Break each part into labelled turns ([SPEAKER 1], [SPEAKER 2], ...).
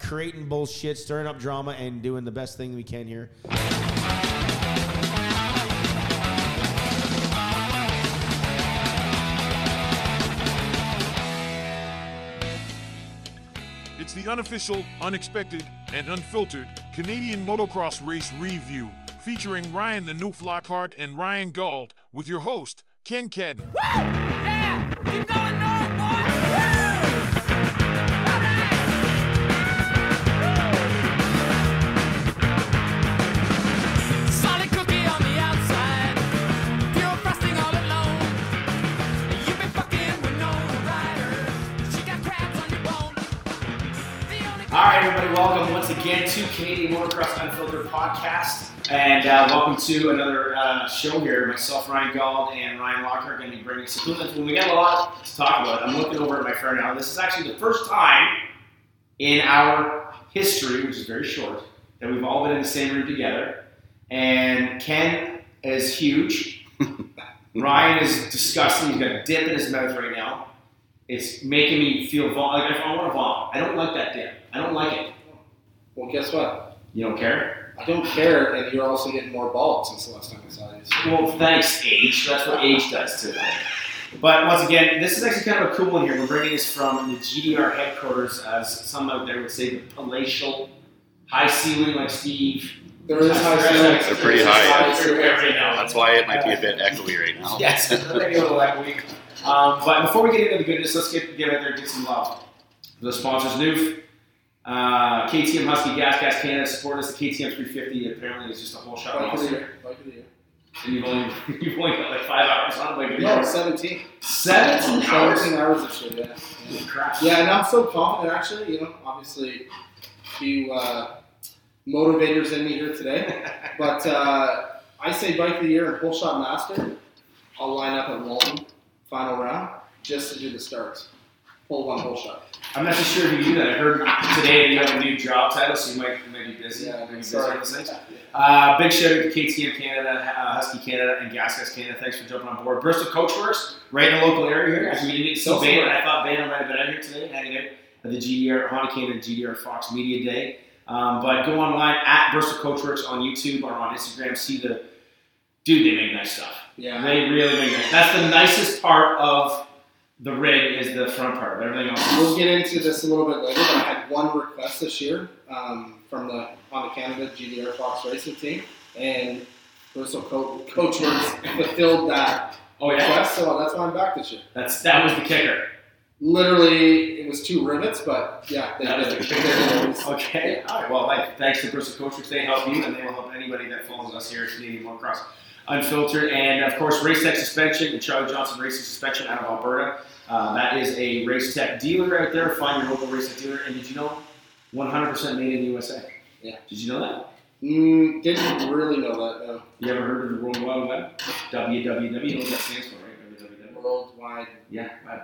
[SPEAKER 1] creating bullshit, stirring up drama, and doing the best thing we can here.
[SPEAKER 2] It's the unofficial, unexpected, and unfiltered Canadian motocross race review featuring Ryan the New Flockhart and Ryan Gauld with your host, Ken Cadden.
[SPEAKER 3] Solid cookie on the outside, pure frosting all alone. You've been fucking with no rider. She got crabs on your bone. The only
[SPEAKER 4] All right, everybody, welcome once again to Canadian Motocross Unfiltered podcast, and uh, welcome to another uh, show here. Myself, Ryan Gold, and Ryan Locker are going to be bringing some We got a lot to talk about. I'm looking over at my phone now. This is actually the first time in our history, which is very short, that we've all been in the same room together. And Ken is huge. Ryan is disgusting. He's got a dip in his mouth right now. It's making me feel vom- like I want to vomit. I don't like that dip. I don't like it.
[SPEAKER 5] Well, guess what?
[SPEAKER 4] You don't care?
[SPEAKER 5] I don't care, and you're also getting more bald since the last time I saw you. So-
[SPEAKER 4] Well, thanks, age. That's what age does to it. But once again, this is actually kind of a cool one here. We're bringing this from the GDR headquarters, as some out there would say, the palatial, high ceiling, like Steve.
[SPEAKER 5] There is high ceiling.
[SPEAKER 6] They're pretty high.
[SPEAKER 4] Right now.
[SPEAKER 6] That's why it might be a bit echoey right now.
[SPEAKER 4] Yes, maybe a little that week. Um, but before we get into the goodness, let's get, get out there and get some love. The sponsors, Noof, uh, KTM Husky Gas Gas Canada support us. The KTM 350 apparently is just a whole shot.
[SPEAKER 5] Bike of the
[SPEAKER 4] monster.
[SPEAKER 5] year. Bike of the year.
[SPEAKER 4] And you've only you've only got like five hours on like
[SPEAKER 5] No, 17.
[SPEAKER 4] seventeen hours.
[SPEAKER 5] 17 hours of shit, yeah. yeah.
[SPEAKER 4] Crap.
[SPEAKER 5] Yeah, and I'm so confident, actually. You know, obviously, few uh, motivators in me here today. But uh, I say Bike of the Year and Pull Shot Master. I'll line up at Walton, final round, just to do the starts. Pull one, pull shot.
[SPEAKER 4] I'm not too sure if you do that. I heard today that you have a new job title, so you might you might be busy. You might be busy
[SPEAKER 5] sorry.
[SPEAKER 4] on those things. Uh, big shout out to KTM Canada, uh, Husky Canada, and Gas Gas Canada. Thanks for jumping on board. Bristol Coachworks, right in the local area here. Actually, we didn't see
[SPEAKER 5] So
[SPEAKER 4] Van.
[SPEAKER 5] smart.
[SPEAKER 4] I thought Van might have been out here today, hanging out at the GDR, Honda Canada GDR Fox Media Day. Um, but go online at Bristol Coachworks on YouTube or on Instagram. See the dude. They make nice stuff.
[SPEAKER 5] Yeah.
[SPEAKER 4] They really make nice. That's the nicest part of the rig is the front part. Everything else. is-
[SPEAKER 5] We'll get into this a little bit later, but I had one request this year um, from the Honda Canada GDR Fox Racing team, and Bristol Co- Coach Works fulfilled that
[SPEAKER 4] Oh yeah,
[SPEAKER 5] request, so that's why I'm back this year.
[SPEAKER 4] that's that was the kicker.
[SPEAKER 5] Literally, it was two rivets, but yeah, they,
[SPEAKER 4] That is
[SPEAKER 5] they, they,
[SPEAKER 4] the
[SPEAKER 5] they,
[SPEAKER 4] kicker. Okay. All right. Well, hey, thanks to Bristol Coachers, they help you, and they will help anybody that follows us here at Canadian Motocross Unfiltered, and of course, Race Tech Suspension and Charlie Johnson Racing Suspension out of Alberta. Uh, that is a Race Tech dealer out there. Find your local Race Tech dealer, and did you know, 100% made in the USA.
[SPEAKER 5] Yeah.
[SPEAKER 4] Did you know that?
[SPEAKER 5] mm, didn't really know that though.
[SPEAKER 4] You ever heard of the World Wide Web? WWW. You know what that stands for, right? WWW.
[SPEAKER 5] Worldwide.
[SPEAKER 4] Yeah. I-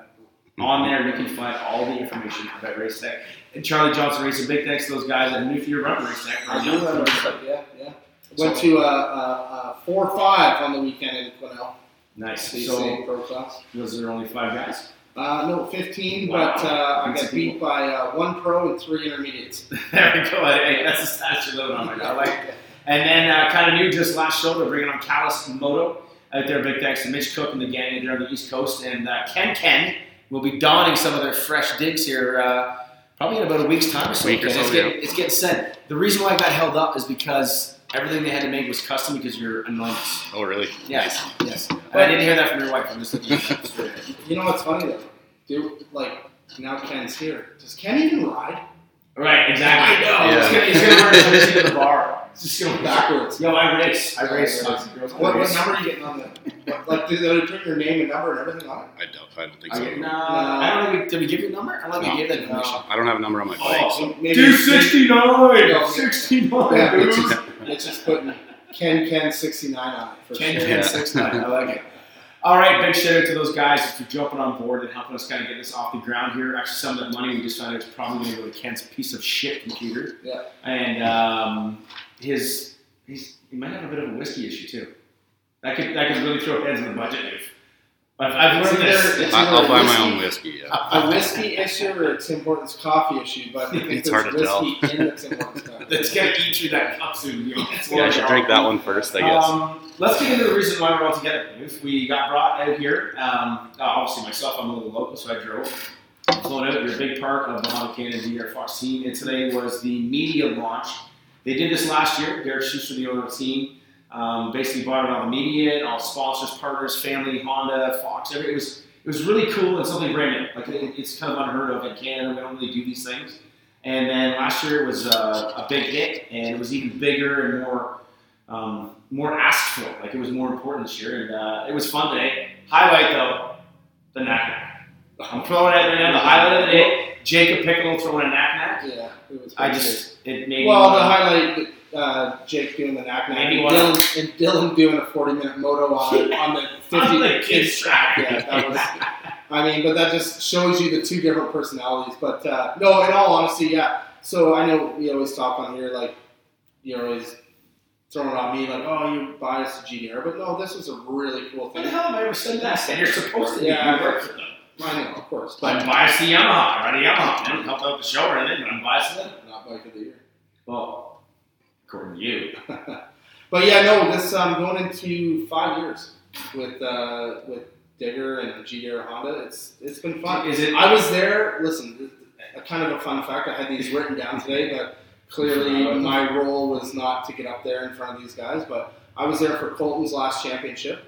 [SPEAKER 4] On there, you can find all the information about Race Tech. And Charlie Johnson Racing, big thanks to those guys at New Fear Run Race Tech.
[SPEAKER 5] I do remember that, yeah, yeah. Went to uh, a, a, a 4 5 on the weekend in Quinnell,
[SPEAKER 4] Nice.
[SPEAKER 5] CC
[SPEAKER 4] So,
[SPEAKER 5] Pro Class.
[SPEAKER 4] was there only five guys?
[SPEAKER 5] Uh, no, 15,
[SPEAKER 4] Wow.
[SPEAKER 5] but uh, I
[SPEAKER 4] That's
[SPEAKER 5] got
[SPEAKER 4] a
[SPEAKER 5] beat by uh, one pro and three intermediates.
[SPEAKER 4] there we go. Hey, that's a statue load on it. I Oh like it. And then, uh, kind of new, just last show, they're bringing on Callus Moto out there. Big thanks to Mitch Cook and the gang out there on the East Coast. And uh, Ken Ken will be donning some of their fresh digs here uh, probably in about a week's time or so.
[SPEAKER 6] Week or
[SPEAKER 4] Ken. it's,
[SPEAKER 6] so,
[SPEAKER 4] getting, it's getting sent. The reason why I got held up is because everything they had to make was custom because you're anonymous.
[SPEAKER 6] Oh, really?
[SPEAKER 4] Yes, yes. I didn't hear that from your wife. I'm just looking at you.
[SPEAKER 5] You know what's funny though? Dude, like now Ken's here. Does Ken even ride
[SPEAKER 4] Right, exactly.
[SPEAKER 6] I know. Yeah.
[SPEAKER 4] He's going to run something to the bar. It's just going to
[SPEAKER 5] backwards?
[SPEAKER 4] No, I race. I race.
[SPEAKER 5] Yeah. What, what number are you getting on the? Like, do they put your name and number and everything on it?
[SPEAKER 6] I don't. I don't think
[SPEAKER 4] I,
[SPEAKER 6] so.
[SPEAKER 4] get- nah, I don't think we, did we give you a number? I don't think we
[SPEAKER 6] No.
[SPEAKER 4] gave that information.
[SPEAKER 6] I don't have a number on my bike.
[SPEAKER 4] Oh,
[SPEAKER 5] So maybe Yeah.
[SPEAKER 4] 69,
[SPEAKER 5] Yeah, it's
[SPEAKER 4] dude.
[SPEAKER 5] it's just putting Ken Ken 69 on it. For
[SPEAKER 4] Ken
[SPEAKER 5] sure.
[SPEAKER 6] Yeah.
[SPEAKER 4] Ken 69, I like it. All right, big shout out to those guys for jumping on board and helping us kind of get this off the ground here. Actually, some of that money we just found out is probably going to go to Ken's piece of shit computer.
[SPEAKER 5] Yeah.
[SPEAKER 4] And um, his, he's, he might have a bit of a whiskey issue too. That could that could really throw heads in the budget if I've, I've learned
[SPEAKER 5] It's
[SPEAKER 4] this.
[SPEAKER 5] either-
[SPEAKER 6] I, I'll buy my own whiskey. Yeah.
[SPEAKER 5] A whiskey issue or a Tim Hortons coffee issue, but I think
[SPEAKER 6] It's
[SPEAKER 5] there's
[SPEAKER 6] hard to
[SPEAKER 5] whiskey
[SPEAKER 6] tell.
[SPEAKER 5] in the Tim Hortons coffee.
[SPEAKER 4] That's gonna eat through that cup soon. you know. It's
[SPEAKER 6] yeah, I should drink that
[SPEAKER 4] horrible.
[SPEAKER 6] one first, I guess.
[SPEAKER 4] Um, let's get into the reason why we're all together. If we got brought out here, um, uh, obviously myself, I'm a little local, so I drove. Flown out. You're a big part of the Honda Canada DR Fox team, and today was the media launch. They did this last year. Derek Schuster, the owner of the team, um, basically brought in all the media and all sponsors, partners, family, Honda, Fox. Everything. It was it was really cool and something brand new. Like it, it's kind of unheard of in Canada. We don't really do these things. And then last year it was uh, a big hit, and it was even bigger and more um, more asked for. Like it was more important this year, and uh, it was fun today. Highlight though, the knack knack. I'm throwing it right now. The highlight of the day: Jacob Piccolo throwing a knack knack.
[SPEAKER 5] Yeah, it was
[SPEAKER 4] I
[SPEAKER 5] pretty
[SPEAKER 4] just it
[SPEAKER 5] good.
[SPEAKER 4] made
[SPEAKER 5] well,
[SPEAKER 4] me,
[SPEAKER 5] the highlight uh, Jake doing the knack knack
[SPEAKER 4] Maybe
[SPEAKER 5] and
[SPEAKER 4] one.
[SPEAKER 5] Dylan, and Dylan doing a 40 minute moto on, on the 50
[SPEAKER 4] On the kids track.
[SPEAKER 5] Yeah, that was. I mean, but that just shows you the two different personalities. But uh, no, in all honesty, yeah. So I know we always talk on here, like you're always throwing on me, like, oh, you're biased to GDR, but no, this was a really cool
[SPEAKER 4] What the
[SPEAKER 5] thing.
[SPEAKER 4] hell am I ever said that? And you're supposed to
[SPEAKER 5] Yeah.
[SPEAKER 4] be. You work for them.
[SPEAKER 5] I know, of course, but
[SPEAKER 4] I'm biased to Yamaha. I ride a Yamaha. I don't help out the show or anything, but I'm biased to them.
[SPEAKER 5] not bike of the year.
[SPEAKER 4] Well, according to you,
[SPEAKER 5] But yeah, no, this um, going into five years with uh, with Digger and GDR Honda. It's it's been fun.
[SPEAKER 4] is it?
[SPEAKER 5] I was there. Listen, a kind of a fun fact. I had these written down today, but clearly my role was not to get up there in front of these guys. But I was there for Colton's last championship.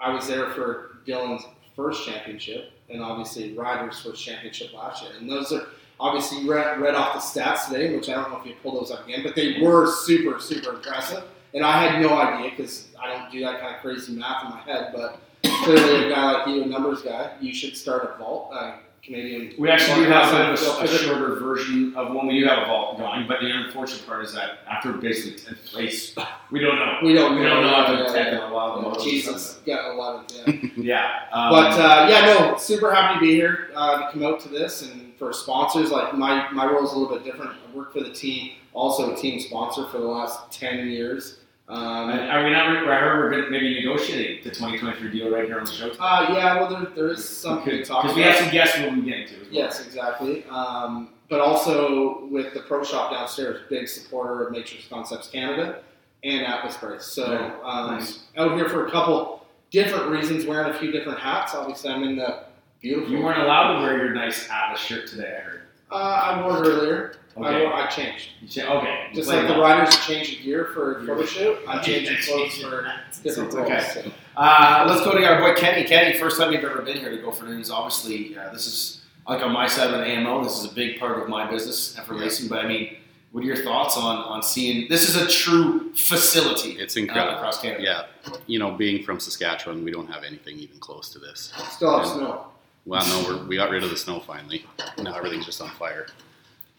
[SPEAKER 5] I was there for Dylan's first championship, and obviously Ryder's first championship last year. And those are obviously you read, read off the stats today, which I don't know if you pulled those up again, but they were super super impressive. And I had no idea because I don't do that kind of crazy math in my head, but. Clearly, a guy like you, a numbers guy, you should start a vault, uh, Canadian.
[SPEAKER 4] We actually do have a,
[SPEAKER 5] Well,
[SPEAKER 4] a, shorter version of one. We do have a vault going, but the unfortunate part is that after basically tenth place, we don't know.
[SPEAKER 5] We don't.
[SPEAKER 4] We don't know
[SPEAKER 5] yeah,
[SPEAKER 4] how to
[SPEAKER 5] yeah,
[SPEAKER 4] tag
[SPEAKER 5] yeah.
[SPEAKER 4] a lot of the
[SPEAKER 5] Oh,
[SPEAKER 4] most.
[SPEAKER 5] Jesus, yeah, a lot of yeah.
[SPEAKER 4] Yeah. Um,
[SPEAKER 5] but uh, yeah, no, super happy to be here uh, to come out to this and for sponsors. Like my my role is a little bit different. I work for the team, also a team sponsor for the last ten years. Um,
[SPEAKER 4] are we not? I heard we're gonna maybe negotiating the 2023 deal right here on the show.
[SPEAKER 5] uh, yeah, well, there, there is something to talk about.
[SPEAKER 4] Because we have some guests we'll be getting to. as well.
[SPEAKER 5] Yes, exactly. Um, but also with the pro shop downstairs, big supporter of Matrix Concepts Canada and Atlas Brace. So
[SPEAKER 4] Yeah,
[SPEAKER 5] um,
[SPEAKER 4] nice.
[SPEAKER 5] out here for a couple different reasons, wearing a few different hats. Obviously, I'm in the beautiful.
[SPEAKER 4] You weren't allowed to wear your nice Atlas shirt today. I heard.
[SPEAKER 5] Uh, I wore it earlier. I,
[SPEAKER 4] Okay.
[SPEAKER 5] wore, I changed.
[SPEAKER 4] You cha- okay.
[SPEAKER 5] Just
[SPEAKER 4] Play
[SPEAKER 5] like the
[SPEAKER 4] ball.
[SPEAKER 5] riders change gear for a photo shoot, I'm
[SPEAKER 4] Yeah,
[SPEAKER 5] changing
[SPEAKER 4] that's-
[SPEAKER 5] clothes for different roles.
[SPEAKER 4] Okay.
[SPEAKER 5] so.
[SPEAKER 4] Uh, let's go to our boy Kenny. Kenny, first time you've ever been here to Go for News. Obviously, uh, this is like on my side of an AMO. This is a big part of my business and for racing. But I mean, what are your thoughts on on seeing? This is a true facility
[SPEAKER 6] It's
[SPEAKER 4] uh,
[SPEAKER 6] incredible.
[SPEAKER 4] across Canada.
[SPEAKER 6] Yeah, you know, being from Saskatchewan, we don't have anything even close to this.
[SPEAKER 5] Still have snow.
[SPEAKER 6] Well, no, we're, we got rid of the snow finally. Now everything's just on fire.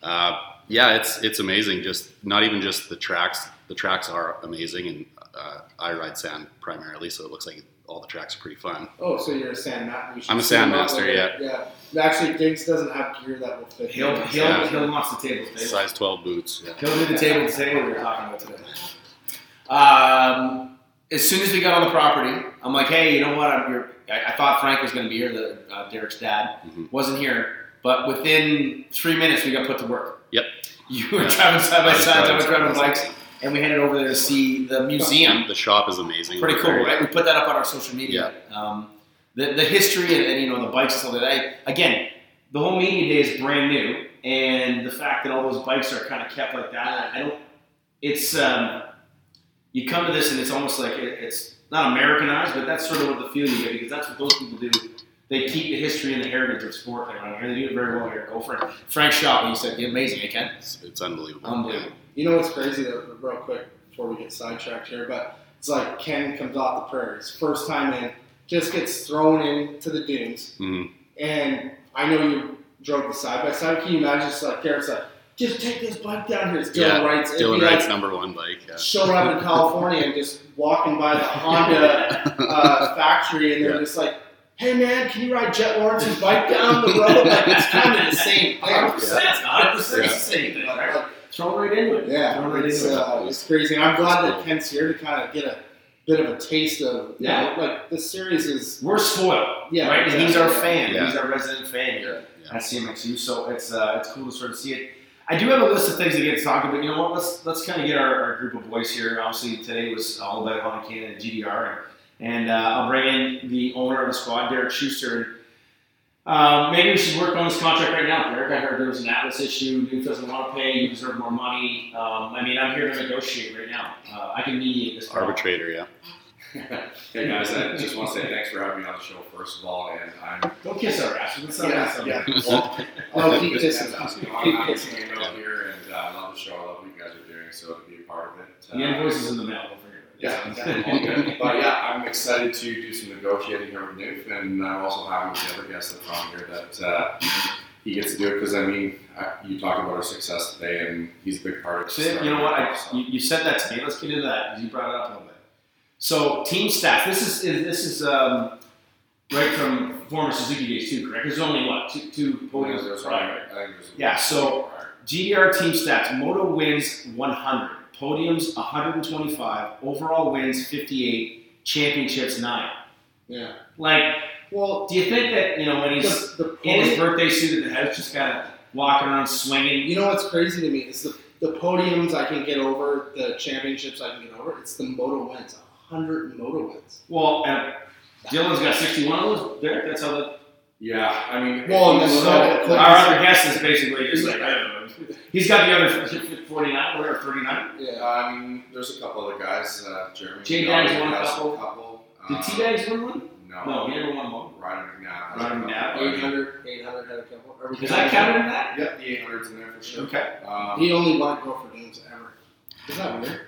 [SPEAKER 6] Uh, yeah, it's it's amazing. Just not even just the tracks. The tracks are amazing, and uh, I ride sand primarily, so it looks like all the tracks are pretty fun.
[SPEAKER 5] Oh, so you're a sand master. You should
[SPEAKER 6] I'm a
[SPEAKER 5] see them
[SPEAKER 6] sand
[SPEAKER 5] out
[SPEAKER 6] master,
[SPEAKER 5] there.
[SPEAKER 6] yeah.
[SPEAKER 5] Yeah. Actually, Diggs doesn't have gear that will fit.
[SPEAKER 4] He'll
[SPEAKER 5] him.
[SPEAKER 4] he'll
[SPEAKER 6] Yeah.
[SPEAKER 4] he'll watch the table. Babe.
[SPEAKER 6] Size 12 boots. Yeah.
[SPEAKER 4] He'll do the table to table we were talking about today. Um, as soon as we got on the property, I'm like, hey, you know what? I'm here. I, I thought Frank was going to be here, the, uh, Derek's dad.
[SPEAKER 6] Mhm.
[SPEAKER 4] Wasn't here. But within three minutes, we got put to work.
[SPEAKER 6] Yep.
[SPEAKER 4] You were driving side by
[SPEAKER 6] I was
[SPEAKER 4] side, I
[SPEAKER 6] driving
[SPEAKER 4] was driving
[SPEAKER 6] side by
[SPEAKER 4] bikes, and we headed over there to see the museum.
[SPEAKER 6] The shop is amazing.
[SPEAKER 4] Pretty cool,
[SPEAKER 6] Very-
[SPEAKER 4] right? We put that up on our social media. Um, the, the history and, and you know the bikes and stuff like that. I, again, the whole media day is brand new, and the fact that all those bikes are kind of kept like that, I don't. It's um, you come to this and it's almost like it, it's not Americanized, but that's sort of what the feeling you get because that's what those people do. They keep the history and the heritage of sport there, and they do it very well here. Go for it, Frank Shop. You said amazing, I can.
[SPEAKER 6] It's, it's unbelievable.
[SPEAKER 5] Um,
[SPEAKER 4] Unbelievable.
[SPEAKER 5] You know what's crazy though, real quick before we get sidetracked here, but it's like Ken comes off the prairies, first time in, just gets thrown into the dunes,
[SPEAKER 6] Yeah. Mhm.
[SPEAKER 5] and I know you drove the side by side. Can you imagine just like Garrett's like, just take this bike down here. It's Dylan
[SPEAKER 6] Yeah,
[SPEAKER 5] Wright's. It'd
[SPEAKER 6] Dylan
[SPEAKER 5] be like
[SPEAKER 6] Wright's number one bike. Yeah.
[SPEAKER 5] showing up in California and just walking by the Honda uh, factory, and they're
[SPEAKER 6] Yeah.
[SPEAKER 5] just like, "Hey man, can you ride Jet Lawrence's bike down the road?" Like it's kind of the same thing.
[SPEAKER 4] That's not the
[SPEAKER 6] Yeah.
[SPEAKER 4] same thing,
[SPEAKER 5] Like,
[SPEAKER 4] right? Thrown right into it.
[SPEAKER 5] Yeah,
[SPEAKER 4] Thrown right
[SPEAKER 5] it's,
[SPEAKER 4] into it.
[SPEAKER 5] uh, it's crazy, and I'm glad that Ken's here to kind of get a
[SPEAKER 7] bit of a taste of.
[SPEAKER 4] Yeah.
[SPEAKER 7] Yeah, like this series is.
[SPEAKER 4] We're spoiled,
[SPEAKER 7] Yeah,
[SPEAKER 4] right? And he's our fan.
[SPEAKER 6] Yeah.
[SPEAKER 4] He's our resident fan here
[SPEAKER 6] Yeah.
[SPEAKER 4] at CMXU. So it's uh, it's cool to sort of see it. I do have a list of things to get to talk about. You know what? Let's let's kind of get our, our group of boys here. Obviously, today was all about Honda Canada and GDR, and uh, I'll bring in the owner of the squad, Derek Schuster. Um, maybe we should work on this contract right now, Derek. I heard there was an Atlas issue. Duke doesn't want to pay. You deserve more money. Um, I mean, I'm here to negotiate right now. Uh, I can mediate this. problem.
[SPEAKER 6] Arbitrator, yeah.
[SPEAKER 8] Hey guys, I just want to say thanks for having me on the show, first of all, and I'm.
[SPEAKER 4] Go kiss our ass. What's up?
[SPEAKER 7] Yeah,
[SPEAKER 4] What's up?
[SPEAKER 7] yeah.
[SPEAKER 6] Well,
[SPEAKER 7] Oh, keep
[SPEAKER 8] Just-
[SPEAKER 7] kissing.
[SPEAKER 8] you know, I'm not missing an email here, and uh, I love the show. I love what you guys are doing, so to be a part of it.
[SPEAKER 4] The invoice is in the mail. Don't forget.
[SPEAKER 8] Yeah, exactly. All good. but yeah, I'm excited to do some negotiating here with Newf, and I'm also having the other guest that's on here that uh, he gets to do it because I mean, I, you talked about our success today, and he's a big part of it.
[SPEAKER 4] Sid, you know what? I, you, you said that to me. Let's get into that because you brought it up a little bit. So team staff. This is is- this is um, right from former Suzuki days too, correct? There's only what two two podiums. Right. Yeah, so- GDR team stats: Moto wins 100, podiums 125, overall wins 58, championships nine.
[SPEAKER 7] Yeah.
[SPEAKER 4] Like,
[SPEAKER 7] Well,
[SPEAKER 4] do you think that you know when he's
[SPEAKER 7] the, the
[SPEAKER 4] in his
[SPEAKER 7] podium-
[SPEAKER 4] birthday suit at the house, just kind of walking around swinging?
[SPEAKER 7] you know what's crazy to me is the, the podiums I can get over, the championships I can get over. It's the moto wins, hundred moto wins.
[SPEAKER 4] Well, and Dylan's got 61 of those. Derek, that's how the
[SPEAKER 8] Yeah, I mean,
[SPEAKER 7] Well,
[SPEAKER 8] it-
[SPEAKER 7] and
[SPEAKER 8] it's
[SPEAKER 7] so-
[SPEAKER 8] not-
[SPEAKER 7] Clint-
[SPEAKER 4] Our other guest is basically just like, I don't know. He's got the other 49, whatever, 39.
[SPEAKER 7] Yeah.
[SPEAKER 8] Um, there's a couple other guys. Uh, Jeremy.
[SPEAKER 4] Jay
[SPEAKER 8] Young
[SPEAKER 4] Dag's won a
[SPEAKER 8] has
[SPEAKER 4] couple. Did
[SPEAKER 8] Uh,
[SPEAKER 4] T Dags win one?
[SPEAKER 8] No.
[SPEAKER 4] No, he never won one.
[SPEAKER 8] Ryan McNabb. has a
[SPEAKER 4] Ryan McNabb.
[SPEAKER 8] couple.
[SPEAKER 7] 800, 800 had a couple. or-
[SPEAKER 4] Is that counted in that?
[SPEAKER 8] Yep, the 800's in there for sure.
[SPEAKER 4] Okay.
[SPEAKER 8] Um,
[SPEAKER 7] He only won go for games ever. Is that weird?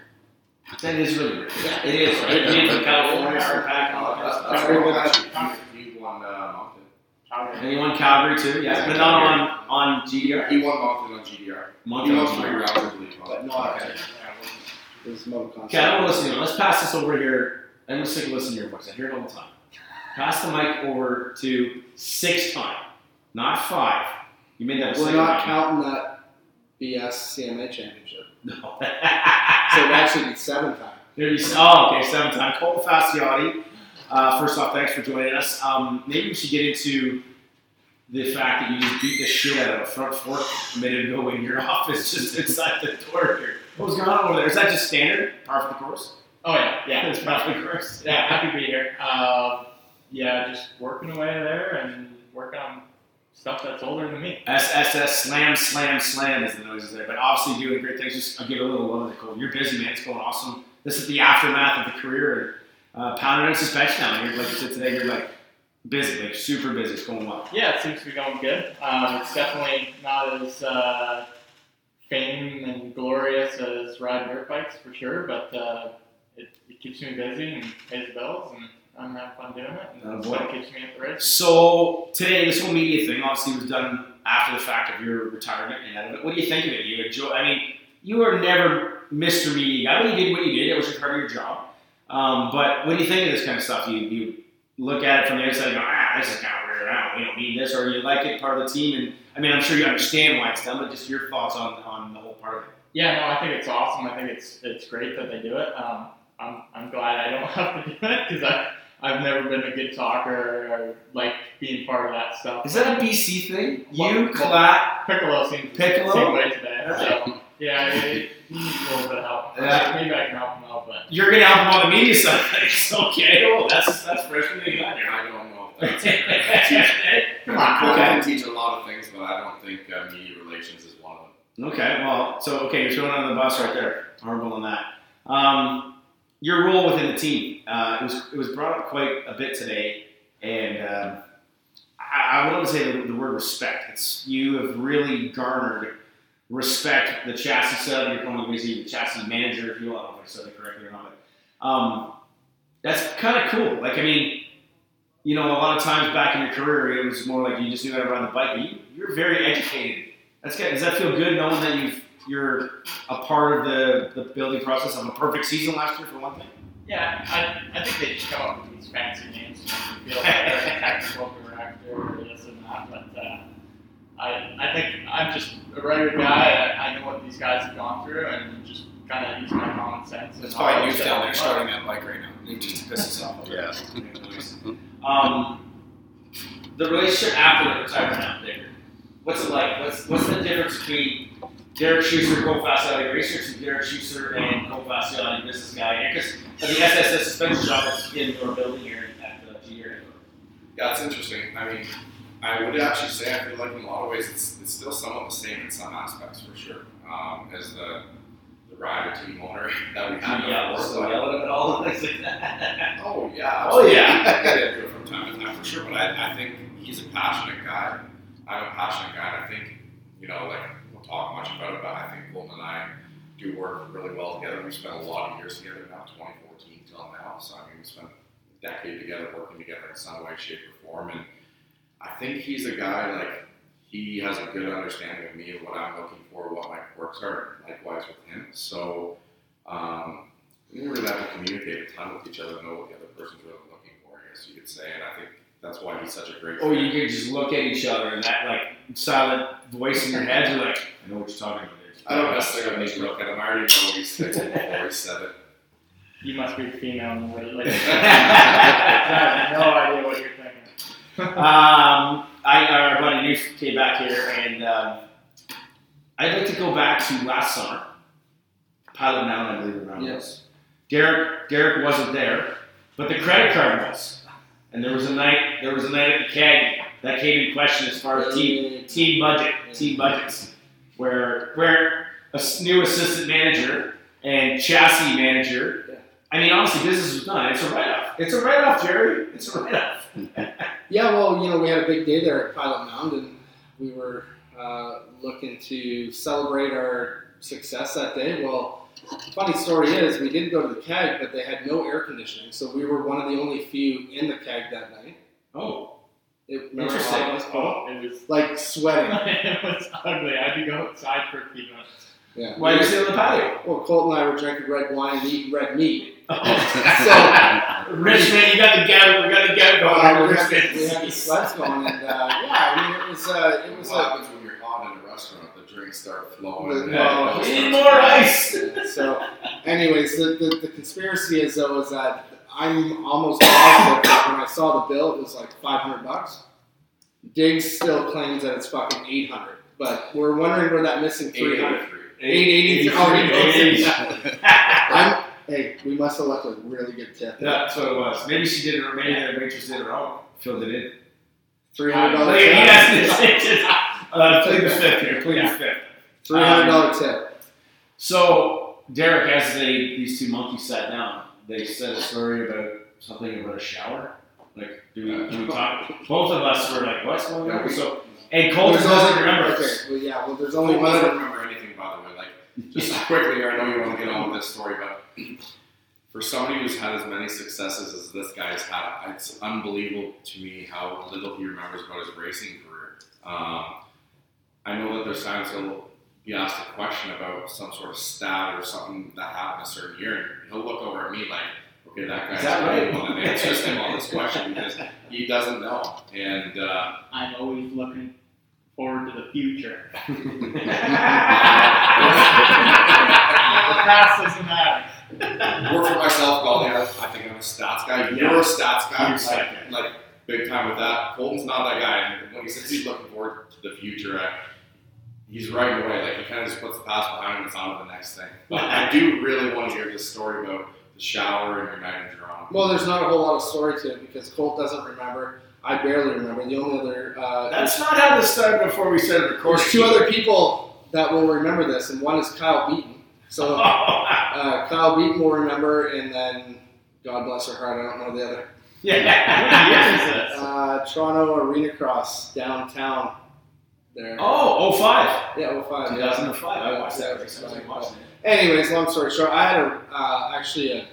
[SPEAKER 4] That is really weird.
[SPEAKER 7] Yeah.
[SPEAKER 4] It is, right? He came from California, our pack, all that
[SPEAKER 8] uh, that's,
[SPEAKER 4] stuff.
[SPEAKER 8] that's
[SPEAKER 7] Everyone
[SPEAKER 8] all
[SPEAKER 7] has-
[SPEAKER 8] actually, he, he won uh, Moncton.
[SPEAKER 4] And he won Calgary too, yeah, but not on, on GDR.
[SPEAKER 8] He won Moncton on GDR. He won three
[SPEAKER 4] Montreal.
[SPEAKER 8] rounds, I believe. on
[SPEAKER 7] But
[SPEAKER 8] it.
[SPEAKER 7] not.
[SPEAKER 8] Okay.
[SPEAKER 7] It was moto
[SPEAKER 4] Okay, I don't want to listen to him. Let's pass this over here. I'm just sick of listening to your voice. I hear it all the time. Pass the mic over to six time, not five. You made that
[SPEAKER 7] We're
[SPEAKER 4] mistake.
[SPEAKER 7] not
[SPEAKER 4] right?
[SPEAKER 7] counting that BS CMA championship.
[SPEAKER 4] No.
[SPEAKER 7] So it actually be seven time.
[SPEAKER 4] There you s- oh, okay, seven time. Cole Fasciotti. Uh, first off, thanks for joining us. Um, maybe we should get into the fact that you just beat the shit out of a front fork a minute ago in your office, just inside the door here. What was going on over there? Is that just standard, par for the course?
[SPEAKER 9] Oh yeah, yeah,
[SPEAKER 4] That's par for the course.
[SPEAKER 9] yeah. Happy to be here. Uh, yeah, just working away there and working on stuff that's older than me.
[SPEAKER 4] SSS slam slam slam is the noises there, but obviously doing great things. Just I'll give a little love to Cole. You're busy, man. It's going awesome. This is the aftermath of the career. Uh, pounding in suspension now. You're like you said today. You're like busy, like super busy. It's going well.
[SPEAKER 9] Yeah, it seems to be going good. Um, it's definitely not as uh, fame and glorious as ride dirt bikes for sure, but uh, it, it keeps me busy and pays the bills, and I'm having fun doing it. And
[SPEAKER 4] Oh,
[SPEAKER 9] that's
[SPEAKER 4] boy.
[SPEAKER 9] what keeps me at the race.
[SPEAKER 4] So today, this whole media thing obviously was done after the fact of your retirement. And I don't know- what do you think of it? You enjoy? I mean, you were never Mr. Media guy. You did what you did. It was a part of your job. Um, but what do you think of this kind of stuff? You you look at it from the outside and go, ah, this is kind of weird. I don't, we don't need this, or you like it part of the team. And I mean, I'm sure you understand why it's done, but just your thoughts on on the whole part of it.
[SPEAKER 9] Yeah, no, I think it's awesome. I think it's it's great that they do it. Um, I'm, I'm glad I don't have to do it because I I've never been a good talker or like being part of that stuff.
[SPEAKER 4] Is that a BC thing? You,
[SPEAKER 9] What-
[SPEAKER 4] Collat,
[SPEAKER 9] Piccolo seems
[SPEAKER 4] Piccolo?
[SPEAKER 9] the same way today. So yeah, I mean, he needs a little bit of help.
[SPEAKER 4] Yeah.
[SPEAKER 9] Maybe I can help him out, but
[SPEAKER 4] you're gonna help him on the media side. of things. okay, well that's that's fresh from the gun.
[SPEAKER 8] I don't know if that's.
[SPEAKER 9] come on.
[SPEAKER 8] I
[SPEAKER 4] Okay.
[SPEAKER 8] can teach a lot of things, but I don't think uh, media relations is one of them.
[SPEAKER 4] Okay, well, so okay, you're throwing on the bus right there. Honorable on that. Um, your role within the team. Uh, it was it was brought up quite a bit today, and um I, I wouldn't say the, the word respect. It's you have really garnered respect. The chassis sub, you're calling busy the chassis manager, if you will. I don't know if I said it correctly or not, but um, that's kind of cool. Like I mean. You know, a lot of times back in your career, it was more like you just knew how to ride the bike. But you, you're very educated that's good. Does that feel good knowing that you've you're a part of the, the building process of a perfect season last year for one thing?
[SPEAKER 9] Yeah, I, I think they just come up with these fancy names to make me feel better, technical director, or this and that. But uh, I, I think I'm just a regular guy. I, I know what these guys have gone through and just kind of use my common sense. and
[SPEAKER 4] That's probably
[SPEAKER 9] knowledge
[SPEAKER 4] news
[SPEAKER 9] that
[SPEAKER 4] down
[SPEAKER 9] I've
[SPEAKER 4] there
[SPEAKER 9] learned.
[SPEAKER 4] starting that bike right now. They just to piss us off.
[SPEAKER 5] Oh.
[SPEAKER 4] over
[SPEAKER 6] Yeah.
[SPEAKER 4] it. Anyways. Um, the relationship after the retirement out there. What's it like? What's what's the difference between Derek Schuster, Cole Fasciati Racers, and Derek Schuster and Cole Fasciati Business Guy? Because the SSS suspension shop is in our building here at the G area.
[SPEAKER 8] Yeah, it's interesting. I mean, I would actually say I feel like in a lot of ways it's, it's still somewhat the same in some aspects for sure um, as the the rider team owner that we had
[SPEAKER 4] Yeah, we're
[SPEAKER 8] before.
[SPEAKER 4] still
[SPEAKER 8] but-
[SPEAKER 4] yelling at it all and things like that.
[SPEAKER 8] Oh yeah.
[SPEAKER 4] Oh,
[SPEAKER 8] absolutely.
[SPEAKER 4] yeah.
[SPEAKER 8] I do it from time to time for sure, but I, I think he's a passionate guy. I'm a passionate guy. and I think you know, like we'll talk much about it, but I think Golden and I do work really well together. We spent a lot of years together now, 2014 till now. So I mean, we spent a decade together working together in some way, shape, or form. And I think he's a guy like he has a good understanding of me and what I'm looking for, what my quirks are, and likewise with him. So. Um, we really have to communicate a ton with each other and know what the other person's really looking for, I guess you could say. And I think that's why he's such a great
[SPEAKER 4] Or Oh, you could just look at each other and that like silent voice in your head, you're like, I know what you're talking about. there."
[SPEAKER 8] I don't necessarily need to look at him. I already know what he's thinking before he said it.
[SPEAKER 9] You must be female. and what- Like, I
[SPEAKER 4] um,
[SPEAKER 9] have no idea what you're thinking.
[SPEAKER 4] I uh, our buddy News came back here, and um, I'd like to go back to last summer. Pilot Mountain, I believe, around yes. Derek Derek wasn't there, but the credit card was, and there was a night there was a night at the CAG that came in question as far as team team budget, team budgets, where where a s- new assistant manager and chassis manager. I mean, honestly, business was done. It's a write off. It's a write off, Jerry. It's a write off.
[SPEAKER 5] Yeah, well, you know, we had a big day there at Pilot Mound, and we were uh, looking to celebrate our success that day. Well, funny story is, we did go to the keg, but they had no air conditioning, so we were one of the only few in the keg that night.
[SPEAKER 4] Oh,
[SPEAKER 5] It, remember how
[SPEAKER 4] Interesting.
[SPEAKER 5] it was, Paul?
[SPEAKER 4] Oh.
[SPEAKER 9] It was,
[SPEAKER 5] Like sweating.
[SPEAKER 9] it was ugly. I had to go outside for a few minutes.
[SPEAKER 5] Yeah.
[SPEAKER 4] why you sit on the patio?
[SPEAKER 5] Well, Colt and I were drinking red wine and eating red meat.
[SPEAKER 4] so, rich man, you got the gout. We got the gout going.
[SPEAKER 5] Uh,
[SPEAKER 4] on.
[SPEAKER 5] we,
[SPEAKER 4] Rich
[SPEAKER 5] had,
[SPEAKER 4] man.
[SPEAKER 5] we had the sweats going, and uh, yeah, I mean, it was uh, it
[SPEAKER 8] What
[SPEAKER 5] was like
[SPEAKER 8] happens when you're hot in a restaurant? The drinks start flowing.
[SPEAKER 5] Well,
[SPEAKER 8] and
[SPEAKER 5] no,
[SPEAKER 8] it
[SPEAKER 4] We
[SPEAKER 8] goes
[SPEAKER 4] need
[SPEAKER 8] from-
[SPEAKER 4] more ice.
[SPEAKER 5] So, anyways, the, the, the conspiracy is though is that I'm almost positive that when I saw the bill, it was like 500 bucks. Diggs still claims that it's fucking 800, but we're wondering where that missing 300.
[SPEAKER 8] 883.
[SPEAKER 5] 880 already goes.
[SPEAKER 4] Yeah,
[SPEAKER 5] I'm, hey, we must have left a really good tip.
[SPEAKER 4] That's what it was. Maybe she did it. Maybe the waitress did it wrong. Filled it in.
[SPEAKER 5] $300
[SPEAKER 4] Wait, you
[SPEAKER 5] tip.
[SPEAKER 4] guys did- did- uh, plead the fifth here. Plead the fifth.
[SPEAKER 5] $300 tip.
[SPEAKER 4] So Derek, as they these two monkeys sat down, they said a story about something about a shower. Like, do we, do we talk? Both of us were like, "What's going on?" So, and Colton
[SPEAKER 5] There's
[SPEAKER 4] doesn't
[SPEAKER 5] only-
[SPEAKER 4] remember.
[SPEAKER 5] Okay,
[SPEAKER 4] this.
[SPEAKER 5] well, yeah, well, there's
[SPEAKER 8] Well,
[SPEAKER 5] only one
[SPEAKER 8] I
[SPEAKER 5] other
[SPEAKER 8] don't remember anything, by the way. Like, just quickly, I know you want to get on with this story, but for somebody who's had as many successes as this guy's had, it's unbelievable to me how little he remembers about his racing career. Um, I know that there's times he'll be asked a question about some sort of stat or something that happened a certain year, and he'll look over at me like, "Okay, that guy's
[SPEAKER 4] Is that right?"
[SPEAKER 8] the one that answers him on this question because he doesn't know." And uh,
[SPEAKER 9] I'm always looking forward to the future.
[SPEAKER 8] uh,
[SPEAKER 9] the past doesn't matter.
[SPEAKER 8] Work for myself, golly. I I think I'm a stats guy. You're a stats guy. Like, like, big time with that. Colton's not that guy. And when he says he's looking forward to the future, I, he's right away. Like he kind of just puts the past behind him and it's on to the next thing. But I do really want to hear this story about the shower and your night in Toronto.
[SPEAKER 5] Well, there's not a whole lot of story to it because Colt doesn't remember. I barely remember. The only other uh,
[SPEAKER 4] That's not how this started before we started recording.
[SPEAKER 5] there's two other people that will remember this, and one is Kyle Beaton. So uh, Kyle Beaton will remember, and then God bless her heart, I don't know the other.
[SPEAKER 4] yeah.
[SPEAKER 5] Uh, Toronto Arena Cross downtown there.
[SPEAKER 4] Oh, 05.
[SPEAKER 5] Yeah, 05. yeah.
[SPEAKER 4] 2005. I watched that.
[SPEAKER 5] Yeah,
[SPEAKER 4] race. I was
[SPEAKER 5] right.
[SPEAKER 4] watching it.
[SPEAKER 5] Anyways, long story short, I had a, uh, actually a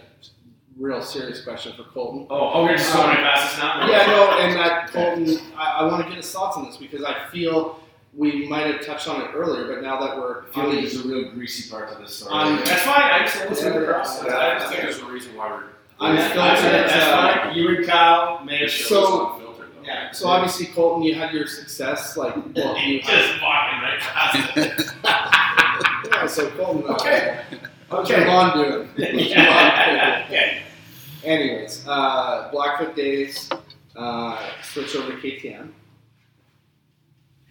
[SPEAKER 5] real serious question for Colton.
[SPEAKER 4] Oh, oh, we're just going right past this now.
[SPEAKER 5] Yeah, no, and that Colton, I, I want to get his thoughts on this because I feel we might have touched on it earlier, but now that we're
[SPEAKER 4] I feel
[SPEAKER 5] on
[SPEAKER 4] like there's
[SPEAKER 5] the,
[SPEAKER 4] a real greasy part to this story.
[SPEAKER 5] Um,
[SPEAKER 4] that's fine. I just listen to the
[SPEAKER 8] So
[SPEAKER 4] process.
[SPEAKER 8] that- I just think there's a reason why we're
[SPEAKER 5] I'm
[SPEAKER 4] Yeah,
[SPEAKER 5] still
[SPEAKER 4] I- I- That's
[SPEAKER 5] uh,
[SPEAKER 4] fine. You and Kyle made a
[SPEAKER 8] this
[SPEAKER 4] show.
[SPEAKER 5] So-
[SPEAKER 8] show is unfiltered, though.
[SPEAKER 4] Yeah,
[SPEAKER 8] Yeah.
[SPEAKER 5] So obviously, Colton, you had your success. Like, well, you had,
[SPEAKER 10] Just walking right past it.
[SPEAKER 5] yeah, so Colton,
[SPEAKER 4] Okay.
[SPEAKER 5] How's your lawn doing?
[SPEAKER 4] yeah. yeah.
[SPEAKER 5] Anyways, uh, Blackfoot Days uh, switched over to KTM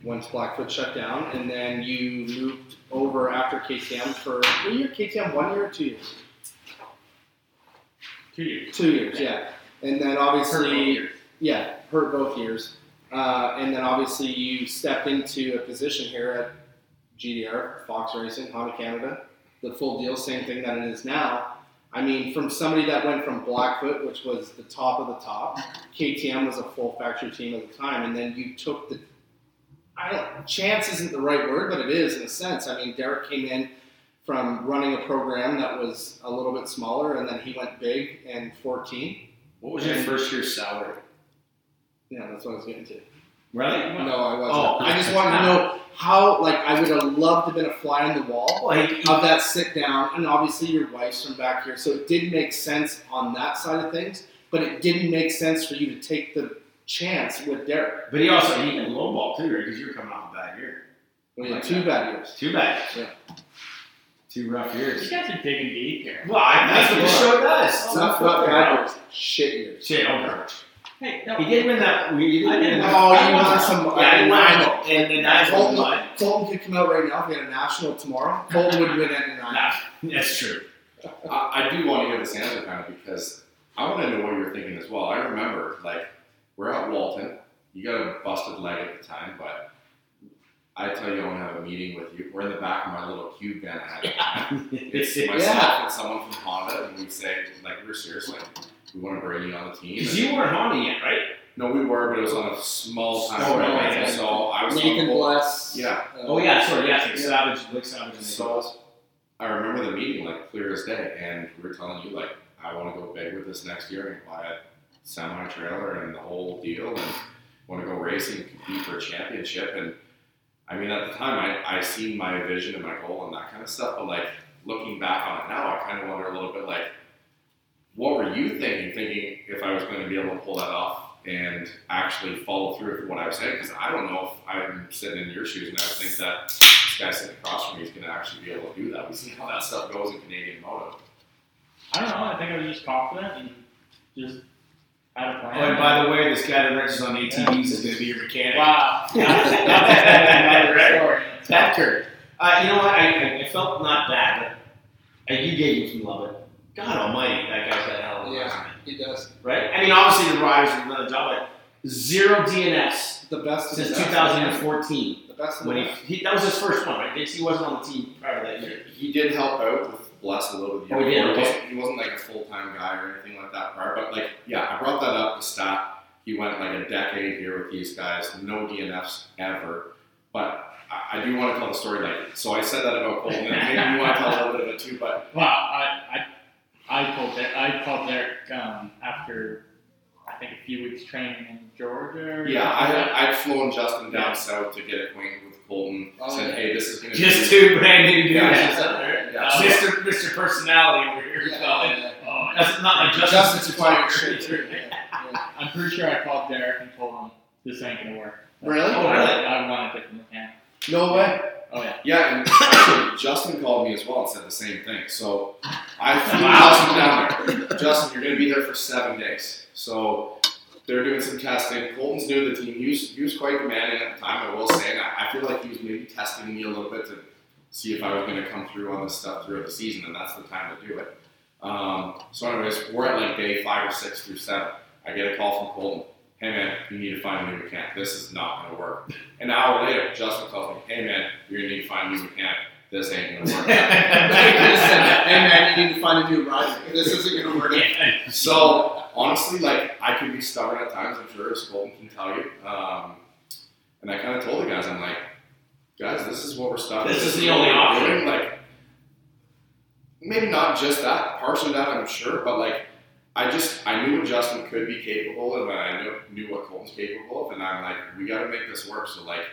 [SPEAKER 5] once Blackfoot shut down, and then you moved over after KTM for were you at KTM one year or two years?
[SPEAKER 9] Two years.
[SPEAKER 5] Two years, yeah. And then obviously,
[SPEAKER 9] years.
[SPEAKER 5] yeah, hurt both years. Uh, and then obviously you stepped into a position here at GDR, Fox Racing, Honda Canada, the full deal, same thing that it is now. I mean, from somebody that went from Blackfoot, which was the top of the top, KTM was a full factory team at the time, and then you took the I don't, chance isn't the right word, but it is in a sense. I mean, Derek came in from running a program that was a little bit smaller, and then he went big and 14.
[SPEAKER 4] What was your first year's salary?
[SPEAKER 5] Yeah, that's what I was getting to.
[SPEAKER 4] Really?
[SPEAKER 5] No, I wasn't.
[SPEAKER 4] Oh.
[SPEAKER 5] I just wanted to know how, like, I would have loved to have been a fly on the wall
[SPEAKER 4] Well, he, he,
[SPEAKER 5] of that sit down. And obviously, your wife's from back here, so it did make sense on that side of things, but it didn't make sense for you to take the chance with Derek.
[SPEAKER 4] but he also he can lowball too, right? Because you were coming off a bad year.
[SPEAKER 5] We had two bad years.
[SPEAKER 4] Too bad.
[SPEAKER 5] Yeah.
[SPEAKER 4] Two rough
[SPEAKER 9] You
[SPEAKER 4] years.
[SPEAKER 9] guys are digging deep here.
[SPEAKER 4] Well, I, that's what the show does.
[SPEAKER 5] It's not not bad years, shit years.
[SPEAKER 4] Shit, over.
[SPEAKER 9] Hey, no,
[SPEAKER 4] He did win that. We, he did
[SPEAKER 9] I
[SPEAKER 4] win
[SPEAKER 9] didn't-
[SPEAKER 4] that.
[SPEAKER 5] Oh, you
[SPEAKER 9] want
[SPEAKER 5] want some?
[SPEAKER 4] Yeah, I won. And, and that's what
[SPEAKER 5] Colton,
[SPEAKER 4] won.
[SPEAKER 5] Colton could come out right now if we had a national tomorrow. Colton would win at nine.
[SPEAKER 4] Nah, that's true.
[SPEAKER 8] I, I do want to hear this answer kind of because I want to know what you were thinking as well. I remember like we're at Walton. You got a busted leg at the time, but I tell you, I want to have a meeting with you. We're in the back of my little cube van I had. at the time. It's myself and someone from Honda, and we say like we're serious, like we want to bring you on the team.
[SPEAKER 4] Because you weren't Honda yet, right?
[SPEAKER 8] no, we were, but it was on a small time.
[SPEAKER 4] Small
[SPEAKER 8] window,
[SPEAKER 4] van.
[SPEAKER 8] so I was on
[SPEAKER 5] Nathan
[SPEAKER 8] the whole-
[SPEAKER 5] Bless.
[SPEAKER 8] Yeah.
[SPEAKER 5] uh,
[SPEAKER 4] Oh yeah, sorry, yeah, like Savage, Blake Savage. and
[SPEAKER 8] So I remember the meeting like clear as day, and we were telling you like I want to go big with this next year and buy a semi trailer and the whole deal, and want to go racing and compete for a championship. And I mean, at the time, I I seen my vision and my goal and that kind of stuff, but like looking back on it now, I kind of wonder a little bit like, what were you thinking? Thinking if I was going to be able to pull that off. And actually follow through with what I was saying because I don't know if I'm sitting in your shoes and I would think that this guy sitting across from me is going to actually be able to do that. We see how that stuff goes in Canadian moto.
[SPEAKER 9] I don't know. I think I was just confident and just had a
[SPEAKER 4] Oh,
[SPEAKER 9] plan.
[SPEAKER 4] and by the way, this guy that wrenches on ATVs is going to be your mechanic.
[SPEAKER 9] wow,
[SPEAKER 4] Right?
[SPEAKER 9] story.
[SPEAKER 4] That Kurt. Uh, you know what? I, I, I felt not bad, but uh, you gave you some love. It. God Almighty, that guy's got a hell of a
[SPEAKER 5] Yeah.
[SPEAKER 4] resume,
[SPEAKER 5] He does.
[SPEAKER 4] right? I mean, obviously the riders have done a job, but zero DNS
[SPEAKER 5] The best of
[SPEAKER 4] since
[SPEAKER 5] the best.
[SPEAKER 4] 2014.
[SPEAKER 5] The best of the
[SPEAKER 4] When he,
[SPEAKER 5] best.
[SPEAKER 4] he that was his first one, right? He wasn't on the team prior to that year.
[SPEAKER 8] He did help out with Bless a little bit.
[SPEAKER 4] Oh, he did, okay.
[SPEAKER 8] wasn't, he wasn't like a full time guy or anything like that prior, but like, yeah, I brought that up. The stat he went like a decade here with these guys, no DNFs ever. But I, I do want to tell the story. Like, so I said that about Colton, and maybe you want to tell a little bit of it too. But
[SPEAKER 9] Wow, I I I called Derek, I called Derek um, after I think a few weeks training in Georgia. or
[SPEAKER 8] yeah, I
[SPEAKER 9] something like
[SPEAKER 8] had, I'd flown Justin down south to get acquainted with Colton.
[SPEAKER 5] Oh,
[SPEAKER 8] said,
[SPEAKER 5] yeah.
[SPEAKER 8] hey, this is gonna
[SPEAKER 4] Just
[SPEAKER 8] be
[SPEAKER 4] two brand new dudes.
[SPEAKER 8] Yeah.
[SPEAKER 4] just up there.
[SPEAKER 8] Yeah.
[SPEAKER 4] Uh, Mr. Mr. Personality over here.
[SPEAKER 5] Yeah, yeah.
[SPEAKER 9] that. Oh,
[SPEAKER 4] That's not like Justin.
[SPEAKER 5] Justin's quite
[SPEAKER 9] I- I'm pretty sure I called Derek and told him this ain't gonna work.
[SPEAKER 5] Really?
[SPEAKER 4] Oh, really?
[SPEAKER 9] I want a different mechanic.
[SPEAKER 5] No way.
[SPEAKER 9] Oh yeah.
[SPEAKER 8] Yeah, and actually, Justin called me as well and said the same thing. So I flew Justin down there. Justin, you're going to be there for seven days. So they're doing some testing. Colton's new to the team. He was, he was quite demanding at the time, I will say. And I, I feel like he was maybe testing me a little bit to see if I was going to come through on this stuff throughout the season, and that's the time to do it. Um, so, anyways, we're at like day five or six through seven. I get a call from Colton. Hey man, you need to find a new mechanic. This is not going to work. An hour later, Justin calls me, hey man, you're gonna need to find a new mechanic. This ain't gonna work.
[SPEAKER 5] Listen, hey man, you need to find a new rider. This isn't gonna work.
[SPEAKER 8] so honestly, like I could be stubborn at times, I'm sure as Colton can tell you. Um, and I kind of told the guys, I'm like, guys, this is what we're stuck.
[SPEAKER 4] This
[SPEAKER 8] with.
[SPEAKER 4] is the only
[SPEAKER 8] what we're
[SPEAKER 4] option."
[SPEAKER 8] doing." Like, maybe not just that, partially that I'm sure, but like, I just I knew what Justin could be capable of, and I knew knew what Colton's capable of, and I'm like, we got to make this work. So like,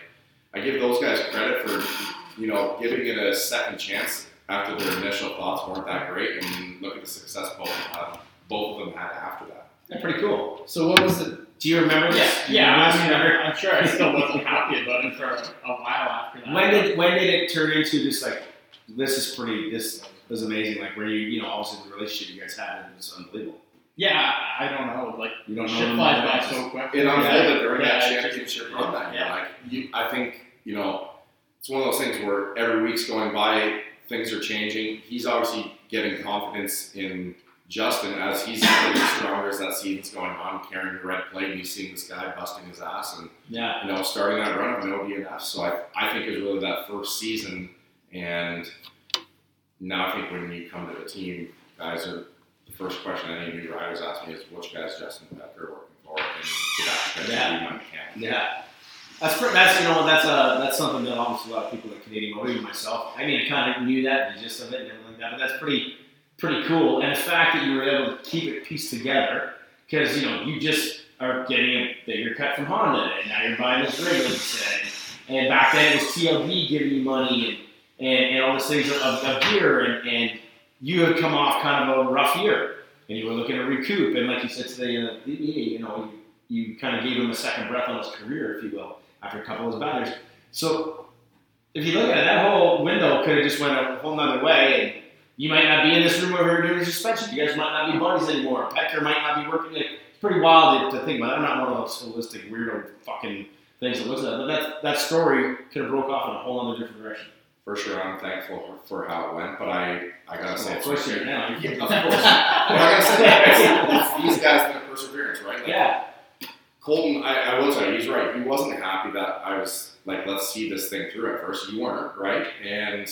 [SPEAKER 8] I give those guys credit for you know giving it a second chance after their initial thoughts weren't that great, and look at the success both uh, of them, both of them had after that.
[SPEAKER 4] That's pretty cool.
[SPEAKER 5] So what was the
[SPEAKER 1] Do you remember
[SPEAKER 9] Yeah,
[SPEAKER 1] this? Do you
[SPEAKER 9] yeah.
[SPEAKER 1] guys
[SPEAKER 9] I mean,
[SPEAKER 1] remember?
[SPEAKER 9] I'm, I'm sure I still wasn't happy about it for a, a while after that.
[SPEAKER 1] When did when did it turn into this like this is pretty this was amazing like where you you know obviously the relationship you guys had it was unbelievable.
[SPEAKER 9] Yeah, I don't know. Like
[SPEAKER 1] You don't know
[SPEAKER 9] shit
[SPEAKER 1] them
[SPEAKER 9] flies
[SPEAKER 1] that
[SPEAKER 9] by
[SPEAKER 1] much.
[SPEAKER 9] so quick.
[SPEAKER 8] It unfolded during
[SPEAKER 9] Yeah,
[SPEAKER 8] that
[SPEAKER 9] it just-
[SPEAKER 8] championship run that year.
[SPEAKER 1] yeah.
[SPEAKER 8] Like you, I think you know, it's one of those things where every week's going by, things are changing. He's obviously getting confidence in Justin as he's getting stronger as that season's going on, carrying the red plate, and he's seeing this guy busting his ass and
[SPEAKER 1] Yeah.
[SPEAKER 8] you know starting that run of no DNF. So I, I think it was really that first season, and now I think when you come to the team, guys are. The first question any new riders ask me is, "Which guys Justin Pecker working for?" And that's because
[SPEAKER 1] Yeah.
[SPEAKER 8] he might count.
[SPEAKER 1] Yeah. That's pr- that's you know that's uh that's something that almost a lot of people at Canadian Motor, even myself. I mean, I kind of knew that the gist of it and everything like that, but that's pretty pretty cool. And the fact that you were able to keep it pieced together because you know you just are getting a bigger cut from Honda, and now you're buying this rig, like you said. And back then it was TLB giving you money and and, and all these things of, of gear, and, and you had come off kind of a rough year, and you were looking to recoup. And like you said today in the the meeting, you know, you you kind of gave him a second breath on his career, if you will, after a couple of his batters. So if you look at it, that whole window could have just went a whole nother way, and you might not be in this room over here doing suspension. You guys might not be buddies anymore. Becker might not be working. Like, it's pretty wild to, to think about. I'm not one of those holistic weirdo fucking things that looks at it, but that that story could have broke off in a whole other different direction.
[SPEAKER 8] for sure I'm thankful for how it went, but I, I gotta say,
[SPEAKER 1] of
[SPEAKER 8] it's
[SPEAKER 1] course you're
[SPEAKER 8] perseverance.
[SPEAKER 1] now.
[SPEAKER 8] Of
[SPEAKER 1] You're-
[SPEAKER 8] course. But I gotta say, it's, it's these guys and their perseverance, right? Like,
[SPEAKER 1] yeah,
[SPEAKER 8] Colton, I, I will tell you, he's right. He wasn't happy that I was like, let's see this thing through at first. You weren't, right? And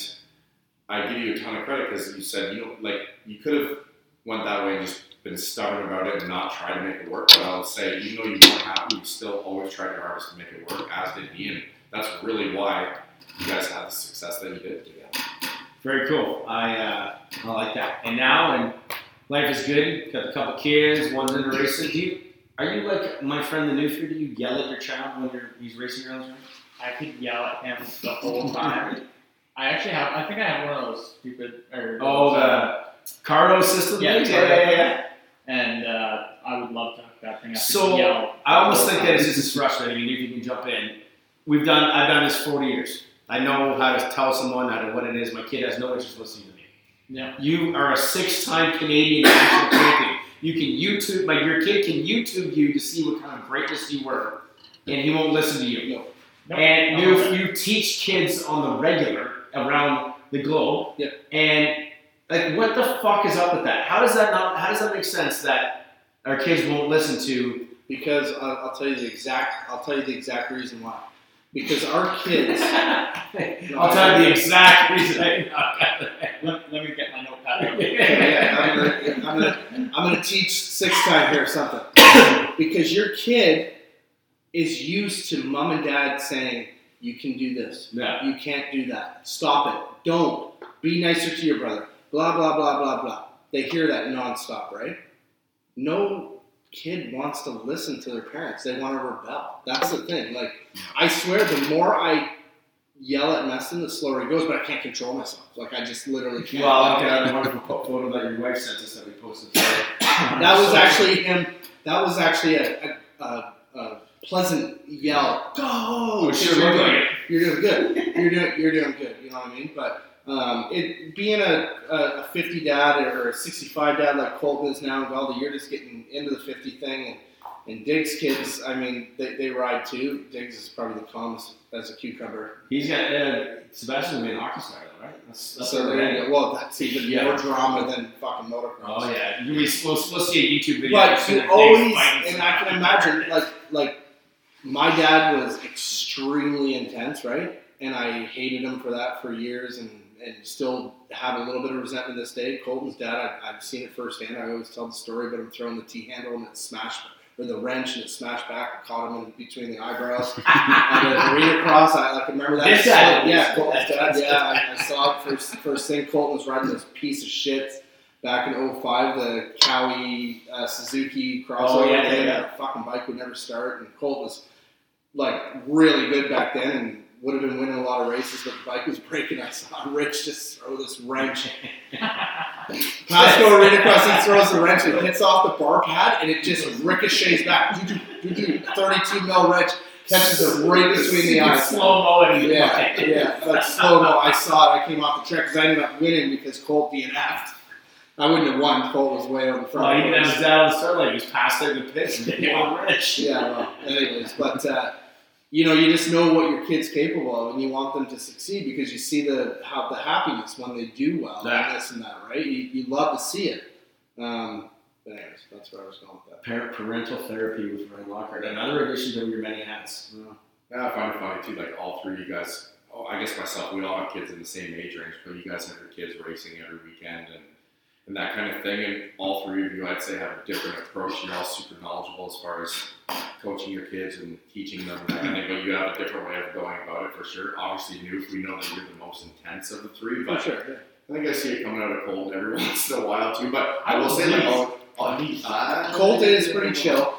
[SPEAKER 8] I give you a ton of credit because you said you don't like you could have went that way and just been stubborn about it and not tried to make it work. But I'll say, even though you weren't happy, you still always tried your hardest to make it work, as did he, and that's really why you guys had the success that you did together.
[SPEAKER 1] very cool. I uh, I like that. And now and life is good. Got a couple kids. One's in a racer. Do you? Are you like my friend the Newfer? Do you yell at your child when you're, he's racing around? the track?
[SPEAKER 9] I could yell at him the whole time. I actually have. I think I have one of those stupid. er, uh, Or,
[SPEAKER 4] uh,
[SPEAKER 1] Oh, the Cardo system.
[SPEAKER 9] Yeah,
[SPEAKER 1] things?
[SPEAKER 9] yeah, yeah,
[SPEAKER 1] yeah.
[SPEAKER 9] And uh, I would love to hook that thing up.
[SPEAKER 1] So-
[SPEAKER 9] and yell.
[SPEAKER 1] I almost think that it's just as frustrating. I mean, if you can jump in, we've done. I've done this forty years. I know how to tell someone how to what it is. My kid has no interest listening to me.
[SPEAKER 9] Yeah.
[SPEAKER 1] You are a six-time Canadian national champion. You can YouTube, like your kid can YouTube you to see what kind of greatness you were, and he won't listen to you.
[SPEAKER 9] No,
[SPEAKER 1] And
[SPEAKER 9] no,
[SPEAKER 1] you,
[SPEAKER 9] no.
[SPEAKER 1] you teach kids on the regular around the globe.
[SPEAKER 5] Yeah.
[SPEAKER 1] And like, what the fuck is up with that? How does that not? How does that make sense that our kids won't listen to?
[SPEAKER 5] because I'll, I'll tell you the exact I'll tell you the exact reason why. Because our kids,
[SPEAKER 1] I'll tell you the exact reason.
[SPEAKER 9] Let, let me get my notepad. out.
[SPEAKER 5] Yeah, I'm gonna, I'm gonna, I'm gonna teach six time here or something. Because your kid is used to mom and dad saying, "You can do this.
[SPEAKER 1] Yeah.
[SPEAKER 5] You can't do that. Stop it. Don't. Be nicer to your brother." Blah blah blah blah blah. They hear that nonstop, right? No kid wants to listen to their parents. They want to rebel. That's the thing. Like, I swear, the more I yell at Meston, the slower he goes. But I can't control myself. Like, I just literally can't.
[SPEAKER 1] Well, okay, that wonderful po- photo that your wife sent us that we posted. today.
[SPEAKER 5] That was actually him. That was actually a, a, a, a pleasant yell. Go!
[SPEAKER 1] Oh, sure looked like it.
[SPEAKER 5] You're doing good. You're doing you're doing good. You know what I mean? But um, it being a, a, a 50 dad or a 65 dad like Colton is now, and Galdi, you're just getting into the 50 thing. And, and Diggs' kids, I mean, they, they ride too. Diggs is probably the calmest as a cucumber.
[SPEAKER 1] He's got uh, Sebastian's gonna be an hockey star, though, right? That's, that's
[SPEAKER 5] so
[SPEAKER 1] what
[SPEAKER 5] they're
[SPEAKER 1] we're
[SPEAKER 5] gonna
[SPEAKER 1] at.
[SPEAKER 5] go, well, that's even
[SPEAKER 1] Yeah.
[SPEAKER 5] more drama than fucking motocross.
[SPEAKER 1] Oh yeah, you we we'll, we'll see a YouTube video.
[SPEAKER 5] But
[SPEAKER 1] soon
[SPEAKER 5] you
[SPEAKER 1] of Diggs
[SPEAKER 5] always,
[SPEAKER 1] fighting
[SPEAKER 5] and I can imagine, like, like my dad was extremely intense, right? And I hated him for that for years, and and still have a little bit of resentment to this day. Colton's dad, I, I've seen it firsthand. I always tell the story, but I'm throwing the T handle and it smashed or the wrench and it smashed back. and caught him in between the eyebrows. and the arena cross, I like remember that.
[SPEAKER 1] This dad.
[SPEAKER 5] yeah, Colton's dad. Yeah, I, I saw it first. First thing, Colton was riding this piece of shit back in 05, the Cowie uh, Suzuki crossover.
[SPEAKER 1] Oh, yeah,
[SPEAKER 5] thing,
[SPEAKER 1] yeah, yeah.
[SPEAKER 5] That fucking bike would never start, and Colt was like really good back then, and would have been winning a lot of races, but the bike was breaking. I saw Rich just throw this wrench. Pasco arena crossing throws the wrench. It hits off the bar pad and it just ricochets back. Do, do, do, do. 32 mil wrench catches it right between the eyes.
[SPEAKER 11] Slow mo and you look
[SPEAKER 5] Yeah,
[SPEAKER 11] at it.
[SPEAKER 5] yeah. Like slow mo. I saw it. I came off the track because I ended up winning because Colt DNF'd. I wouldn't have won. Colt was way over the front.
[SPEAKER 4] Well, even as down the start line, he was past there in the pits. And they were rich.
[SPEAKER 5] yeah, well, anyways, but uh, you know, you just know what your kid's capable of, and you want them to succeed because you see the how the happiness when they do well
[SPEAKER 4] Yeah.
[SPEAKER 5] and this and that, right? You, you love to see it. Um, but anyways, that's where I was going with that.
[SPEAKER 4] Parent, parental therapy with Ryan Lockhart. Another addition to your many hats.
[SPEAKER 8] Yeah, I find it funny too. Like all three of you guys, oh, I guess myself, we all have kids in the same age range, but you guys have your kids racing every weekend and and that kind of thing. And all three of you, I'd say, have a different approach. You're all super knowledgeable as far as coaching your kids and teaching them, that kind of thing, but you have a different way of going about it for sure. Obviously, you we know that you're the most intense of the three, but
[SPEAKER 5] sure. Yeah.
[SPEAKER 8] I think I see it coming out of cold every once in a while too. But I will say, like, all, uh,
[SPEAKER 5] Colt is pretty chill,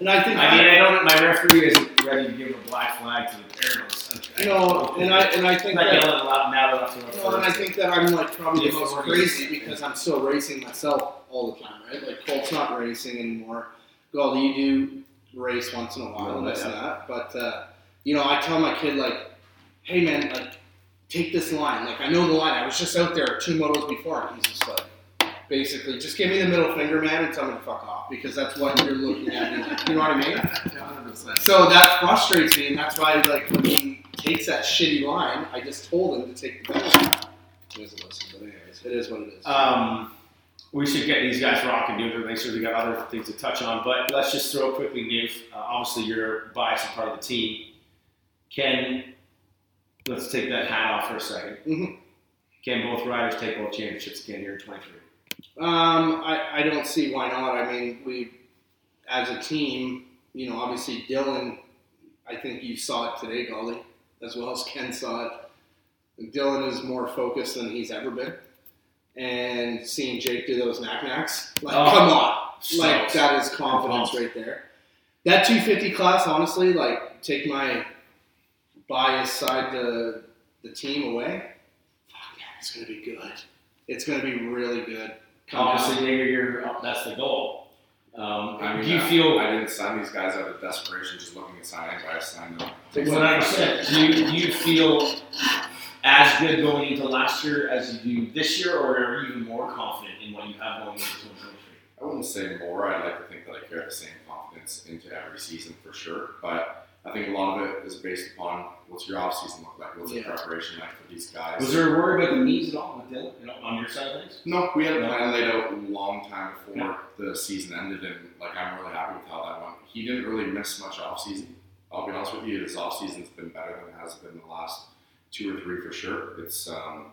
[SPEAKER 5] and I think
[SPEAKER 4] I mean, I know that my referee isn't ready to give a black flag to the parents.
[SPEAKER 5] you know, and I and I think
[SPEAKER 4] not
[SPEAKER 5] that.
[SPEAKER 4] yelling a lot now that I'm doing it
[SPEAKER 5] You know, and I
[SPEAKER 4] first.
[SPEAKER 5] think that I'm like probably the
[SPEAKER 4] Yeah,
[SPEAKER 5] most
[SPEAKER 4] for
[SPEAKER 5] crazy
[SPEAKER 4] reasons.
[SPEAKER 5] because I'm still racing myself all the time, right? Like Colt's not racing anymore. Goldie, you do race once in a while and this and that. But uh, you know, I tell my kid like, hey man, like take this line. Like I know the line. I was just out there two motos before and he's just like basically just give me the middle finger man and tell me to fuck off because that's what you're looking at. You know what I mean? So that frustrates me, and that's why, like, when he takes that shitty line, I just told him to take the better line. He doesn't listen, but anyways, it is what it is.
[SPEAKER 4] Um, we should get these guys rocking, dude. Make sure we got other things to touch on, but let's just throw quickly, Newf. Uh, obviously, you're biased and part of the team. Can let's take that hat off for a 2nd
[SPEAKER 5] Mhm.
[SPEAKER 4] Can both riders take both championships again here in 23?
[SPEAKER 5] Um, I, I don't see why not. I mean, we, as a team, you know, obviously Dylan, I think you saw it today, Golly, as well as Ken saw it. Dylan is more focused than he's ever been. And seeing Jake do those knack-knacks, like,
[SPEAKER 4] Oh.
[SPEAKER 5] come on. Like,
[SPEAKER 4] So,
[SPEAKER 5] that is confidence right there. That 250 class, honestly, like, take my bias side the, the team away. Fuck, man, it's going to be good. It's going to be really good. Come on.
[SPEAKER 4] obviously, Nigger, you're up. That's the goal. Um,
[SPEAKER 8] I mean,
[SPEAKER 4] do you
[SPEAKER 8] I,
[SPEAKER 4] feel
[SPEAKER 8] I didn't sign these guys out of desperation, just looking at signings. I signed them.
[SPEAKER 4] What I said, do you, do you feel as good going into last year as you do this year, or are you even more confident in what you have going into 2023?
[SPEAKER 8] I wouldn't say more. I'd like to think that I carry the same confidence into every season for sure. But I think a lot of it is based upon what's your off season look like, what's your
[SPEAKER 5] Yeah.
[SPEAKER 8] preparation like for these guys.
[SPEAKER 4] Was there a worry about the knees at all with Dylan? You know, on your side of things?
[SPEAKER 8] no, we had a
[SPEAKER 4] No.
[SPEAKER 8] plan laid out a long time before the season ended, and like I'm really happy with how that went. He didn't really miss much off season. I'll be honest with you, his off season's been better than it has been the last two or three for sure. It's um,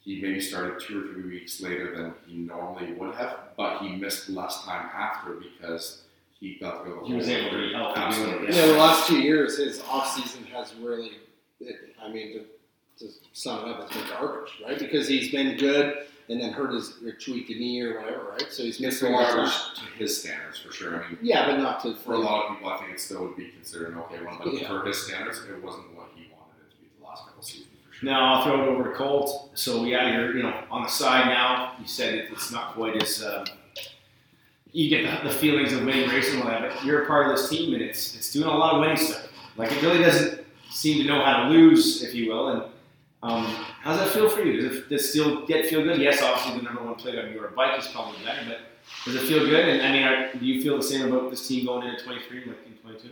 [SPEAKER 8] he maybe started two or three weeks later than he normally would have, but he missed less time after because he got to go. the
[SPEAKER 4] He was
[SPEAKER 8] whole
[SPEAKER 4] able to
[SPEAKER 8] way.
[SPEAKER 4] be healthy.
[SPEAKER 8] Absolutely.
[SPEAKER 5] Yeah, the last two years, his offseason has really, it, I mean, to, to sum it up, it's been garbage, right? Because he's been good and then hurt his or tweaked a knee or whatever, right? So he's
[SPEAKER 8] It's
[SPEAKER 5] missed a
[SPEAKER 8] been
[SPEAKER 5] lot of
[SPEAKER 8] garbage
[SPEAKER 5] time.
[SPEAKER 8] to his standards for sure. I mean,
[SPEAKER 5] Yeah, but not to
[SPEAKER 8] for a lot of people, I think it still would be considered an okay one, but
[SPEAKER 5] Yeah.
[SPEAKER 8] for his standards, it wasn't what he wanted it to be the last couple seasons for sure.
[SPEAKER 4] Now I'll throw it over to Colt. So yeah, you're you know on the side now. You said it, it's not quite as um, you get the, the feelings of winning races and all that, but you're a part of this team and it's it's doing a lot of winning stuff. Like it really doesn't seem to know how to lose, if you will. And um, how does that feel for you? Does it, does it still get feel good? Yes, obviously the number one plate on your bike is probably better, but does it feel good? And I mean, are, do you feel the same about this team going into 23 like in 22?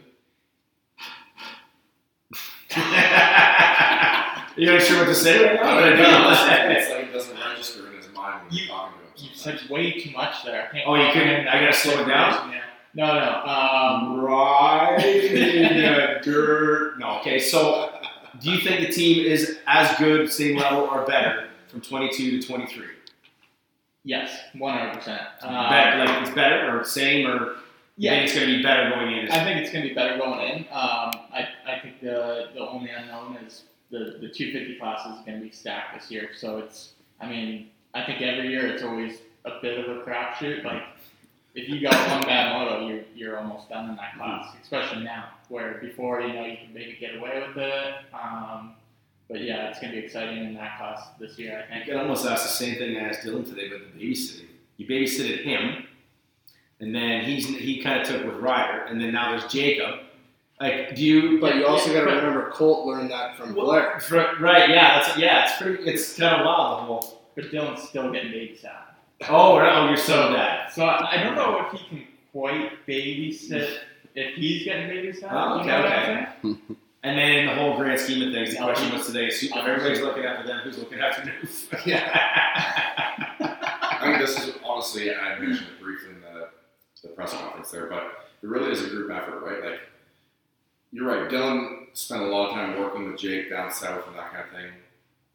[SPEAKER 4] You're not sure what to say right now?
[SPEAKER 8] I don't know.
[SPEAKER 4] No.
[SPEAKER 8] it's like it doesn't register in his mind when you're
[SPEAKER 9] You-
[SPEAKER 8] talking to him.
[SPEAKER 9] You said way too much there. I can't-
[SPEAKER 4] Oh, you couldn't- I gotta slow it down?
[SPEAKER 9] Yeah. No, no. Um,
[SPEAKER 4] Right in the dirt. No, okay. So, do you think the team is as good, same level, or better from 22 to 23?
[SPEAKER 9] yes, one hundred percent. Uh,
[SPEAKER 4] better, like it's better or same, or you
[SPEAKER 9] Yeah,
[SPEAKER 4] think it's going to be better going in?
[SPEAKER 9] I think it's going to be better going in. Um, I, I think the the only unknown is the, the 250 class is going to be stacked this year. So it's, I mean, I think every year it's always a bit of a crapshoot. Like, if you got one bad moto, you're you're almost done in that class, especially now, where before you know you can maybe get away with it. Um, but yeah, it's gonna be exciting in that class this year, I
[SPEAKER 4] I
[SPEAKER 9] think.
[SPEAKER 4] could almost ask the same thing I asked Dylan today about the babysitting. You babysitted him, and then he's he kind of took with Ryder, and then now there's Jacob. Like, do you?
[SPEAKER 5] But you also
[SPEAKER 4] yeah,
[SPEAKER 5] got to remember Colt learned that from
[SPEAKER 4] Well,
[SPEAKER 5] Blair.
[SPEAKER 4] right, right, yeah, that's yeah, it's pretty, it's kind of wild the whole.
[SPEAKER 9] But Dylan's still getting babysat.
[SPEAKER 4] Oh, right, oh, you're so bad.
[SPEAKER 9] So I I don't know if he can quite babysit if he's getting babysat.
[SPEAKER 4] Oh,
[SPEAKER 9] you
[SPEAKER 4] okay,
[SPEAKER 9] know what I'm
[SPEAKER 4] okay.
[SPEAKER 9] saying?
[SPEAKER 4] And then in the whole grand scheme of things, the
[SPEAKER 9] Yeah.
[SPEAKER 4] question was today: so if everybody's looking after them, who's looking after Noof? yeah.
[SPEAKER 8] I mean, this is honestly, I mentioned it briefly in the, the press conference there, but it really is a group effort, right? Like, you're right. Dylan spent a lot of time working with Jake down south and that kind of thing,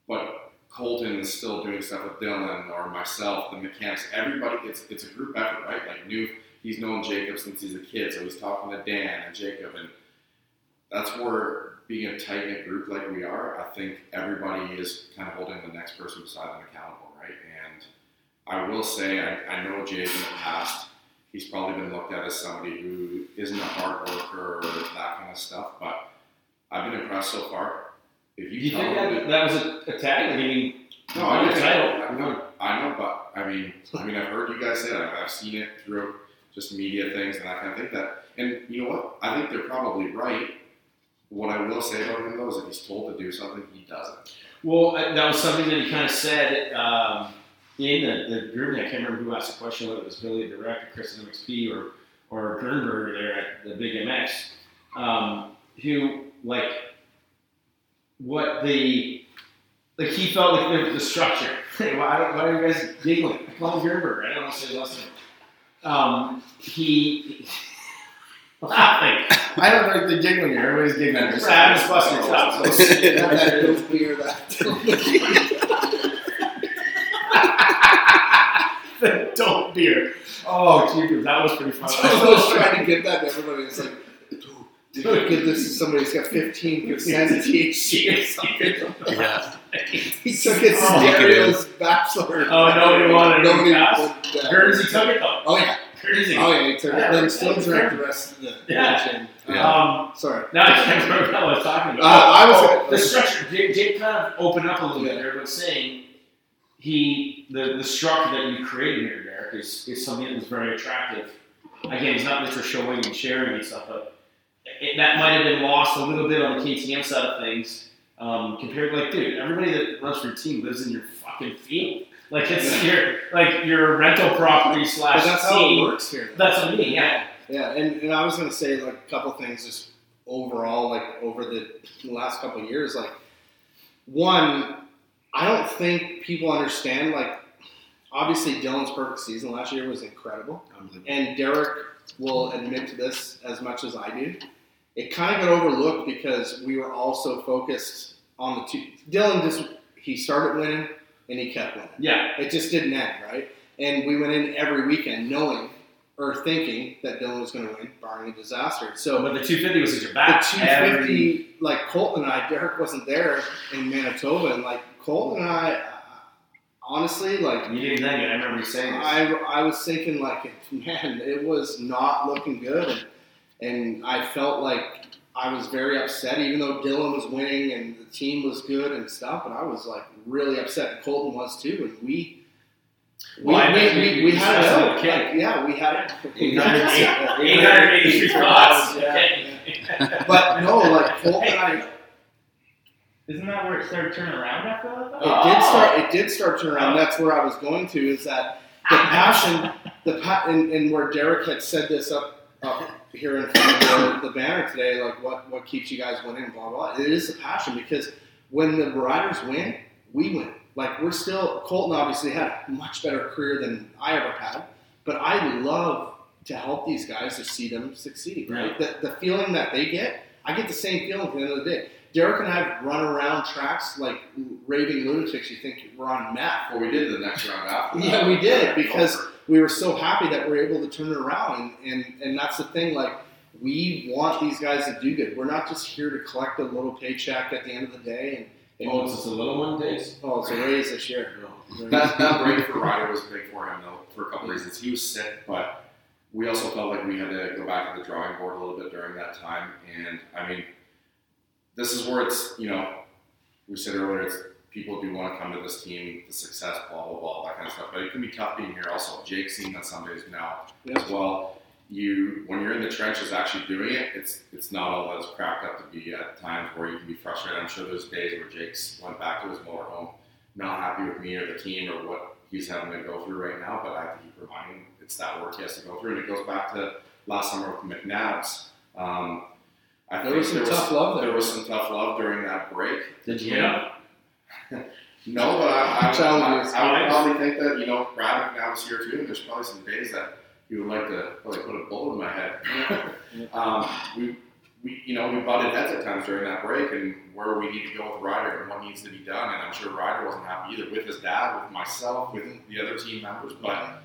[SPEAKER 8] but Colton is still doing stuff with Dylan or myself, the mechanics. Everybody, it's it's a group effort, right? Like, new, he's known Jacob since he's a kid, so he's talking to Dan and Jacob, and that's where being a tight knit group like we are, I think everybody is kind of holding the next person beside them accountable, right? And I will say, I, I know Jake in the past, he's probably been looked at as somebody who isn't a hard worker or that kind of stuff, but I've been impressed so far. If you,
[SPEAKER 4] You
[SPEAKER 8] tell
[SPEAKER 4] think
[SPEAKER 8] him
[SPEAKER 4] that, that was a, a tag? I mean,
[SPEAKER 8] no, I
[SPEAKER 4] Your
[SPEAKER 8] know,
[SPEAKER 4] title.
[SPEAKER 8] I know, I know, but I mean, I mean, I've heard you guys say that. I've seen it through just media things and that kind of thing. That, and you know what? I think they're probably right. What I will say about him though is if he's told to do something, he doesn't.
[SPEAKER 4] well, uh, that was something that he kind of said um, in the, the group. I can't remember who asked the question, whether it was Billy Direct or Chris at MXP or or Gernberger there at the Big MX, um, who like what the like he felt like there was the structure. why, don't, why are you guys giggling? Paul Gernberger, I don't want to say his last name. Um, he laughing.
[SPEAKER 8] I don't like the giggling. Everybody's giggling.
[SPEAKER 4] Just having us bust your chops.
[SPEAKER 5] Not that goat beer, that.
[SPEAKER 4] the dope beer. Oh, Jesus, that was pretty fun.
[SPEAKER 5] I was trying to get that to everybody. It's like, dude, did you get this to somebody who's got 15 percent THC or something?
[SPEAKER 12] Yeah.
[SPEAKER 5] He took his
[SPEAKER 4] Oh,
[SPEAKER 5] stereo's bachelor.
[SPEAKER 4] Oh, nobody wanted it.
[SPEAKER 5] Nobody
[SPEAKER 4] Yes.
[SPEAKER 5] wanted that.
[SPEAKER 4] Guernsey took it though.
[SPEAKER 5] Oh yeah,
[SPEAKER 4] Guernsey.
[SPEAKER 5] oh yeah, he took it.
[SPEAKER 4] Yeah.
[SPEAKER 5] Then still drank the rest of the
[SPEAKER 4] Yeah. Oh,
[SPEAKER 5] gin.
[SPEAKER 8] Yeah.
[SPEAKER 4] Um,
[SPEAKER 5] Um, sorry.
[SPEAKER 4] now I can't remember what I was talking about.
[SPEAKER 5] Uh, I was-
[SPEAKER 4] the structure. Jake, Jake kind of opened up a little bit
[SPEAKER 5] Yeah.
[SPEAKER 4] there, but saying he the the structure that you created here, Derek, is is something that was very attractive. Again, he's not just for showing and sharing and stuff, but it, that might have been lost a little bit on the KTM side of things. Um, compared, like, dude, everybody that runs for your team lives in your fucking field. Like it's your like your rental property slash
[SPEAKER 5] But that's how it
[SPEAKER 4] team.
[SPEAKER 5] works here.
[SPEAKER 4] That's what I mean. Yeah.
[SPEAKER 5] Yeah, and, and I was gonna say like a couple things just overall, like over the last couple of years, like one, I don't think people understand like obviously Dylan's perfect season last year was incredible. And Derek will admit to this as much as I do. It kind of got overlooked because we were all so focused on the two Dylan just he started winning and he kept winning.
[SPEAKER 4] Yeah.
[SPEAKER 5] It just didn't end, right? And we went in every weekend knowing or thinking that Dylan was going to win, barring a disaster.
[SPEAKER 4] So,
[SPEAKER 5] So
[SPEAKER 4] but the 250 was at your
[SPEAKER 5] the
[SPEAKER 4] back.
[SPEAKER 5] 250, like Colton and I, Derek wasn't there in Manitoba, and like Colton and I, uh, honestly, like
[SPEAKER 4] Every, you didn't think it. I remember you saying this.
[SPEAKER 5] I, I was thinking like, man, it was not looking good, and, and I felt like I was very upset, even though Dylan was winning and the team was good and stuff, and I was like really upset. And Colton was too, and we. We,
[SPEAKER 4] Well, I
[SPEAKER 5] we,
[SPEAKER 4] mean,
[SPEAKER 5] we,
[SPEAKER 4] you-
[SPEAKER 5] we
[SPEAKER 4] you
[SPEAKER 5] had
[SPEAKER 4] said
[SPEAKER 5] a
[SPEAKER 4] it, okay.
[SPEAKER 5] yeah, we had
[SPEAKER 4] You got it.
[SPEAKER 5] Yeah.
[SPEAKER 4] 883 spots. Yeah.
[SPEAKER 5] But no, like Colton and I, it
[SPEAKER 9] Isn't that where it started turning around after that? though?
[SPEAKER 5] did start. It did start to around. That's where I was going to. Is that the passion, the pa- and, and where Derek had said this up up here in front of the, the banner today. Like what what keeps you guys winning? Blah blah. It is the passion because when the Riders win, we win. Like we're still Colton obviously had a much better career than I ever had, but I love to help these guys to see them succeed. Right? The, the feeling that they get, I get the same feeling at the end of the day. Derek and I have run around tracks like raving lunatics. You think we're on meth?
[SPEAKER 8] Well, we did the next round after.
[SPEAKER 5] Yeah,
[SPEAKER 8] that.
[SPEAKER 5] we did, because- we were so happy that we are able to turn it around and, and and that's the thing like we want these guys to do good we're not just here to collect a little paycheck at the end of the day and, and
[SPEAKER 4] Oh, it's just a little one days.
[SPEAKER 5] oh, it's a raise this year
[SPEAKER 8] that that break for Ryder was big for him though for a couple reasons. He was sick, but we also felt like we had to go back to the drawing board a little bit during that time. And I mean, this is where it's you know, we said earlier, it's people do want to come to this team, the success, blah blah blah, that kind of stuff. But it can be tough being here. Also, Jake's seen that some days now
[SPEAKER 5] Yeah.
[SPEAKER 8] as well. You when you're in the trenches actually doing it, it's it's not all as cracked up to be at times where you can be frustrated. I'm sure there's days where Jake's went back to his motorhome, not happy with me or the team or what he's having to go through right now. But I have to keep reminding him it's that work he has to go through, and it goes back to last summer with McNabb's. Um, I
[SPEAKER 5] There
[SPEAKER 8] think
[SPEAKER 5] was some tough love there.
[SPEAKER 8] There was some tough love during that break.
[SPEAKER 4] Did you
[SPEAKER 8] No, but I, I,
[SPEAKER 5] Child
[SPEAKER 8] I,
[SPEAKER 5] abuse.
[SPEAKER 8] I would probably think that, you know, Brad McNabb's here too, and there's probably some days that he would like to probably put a bullet in my head. um, we, we, you know, we butted heads at times during that break and where we need to go with Ryder and what needs to be done. And I'm sure Ryder wasn't happy either with his dad, with myself, with the other team members. But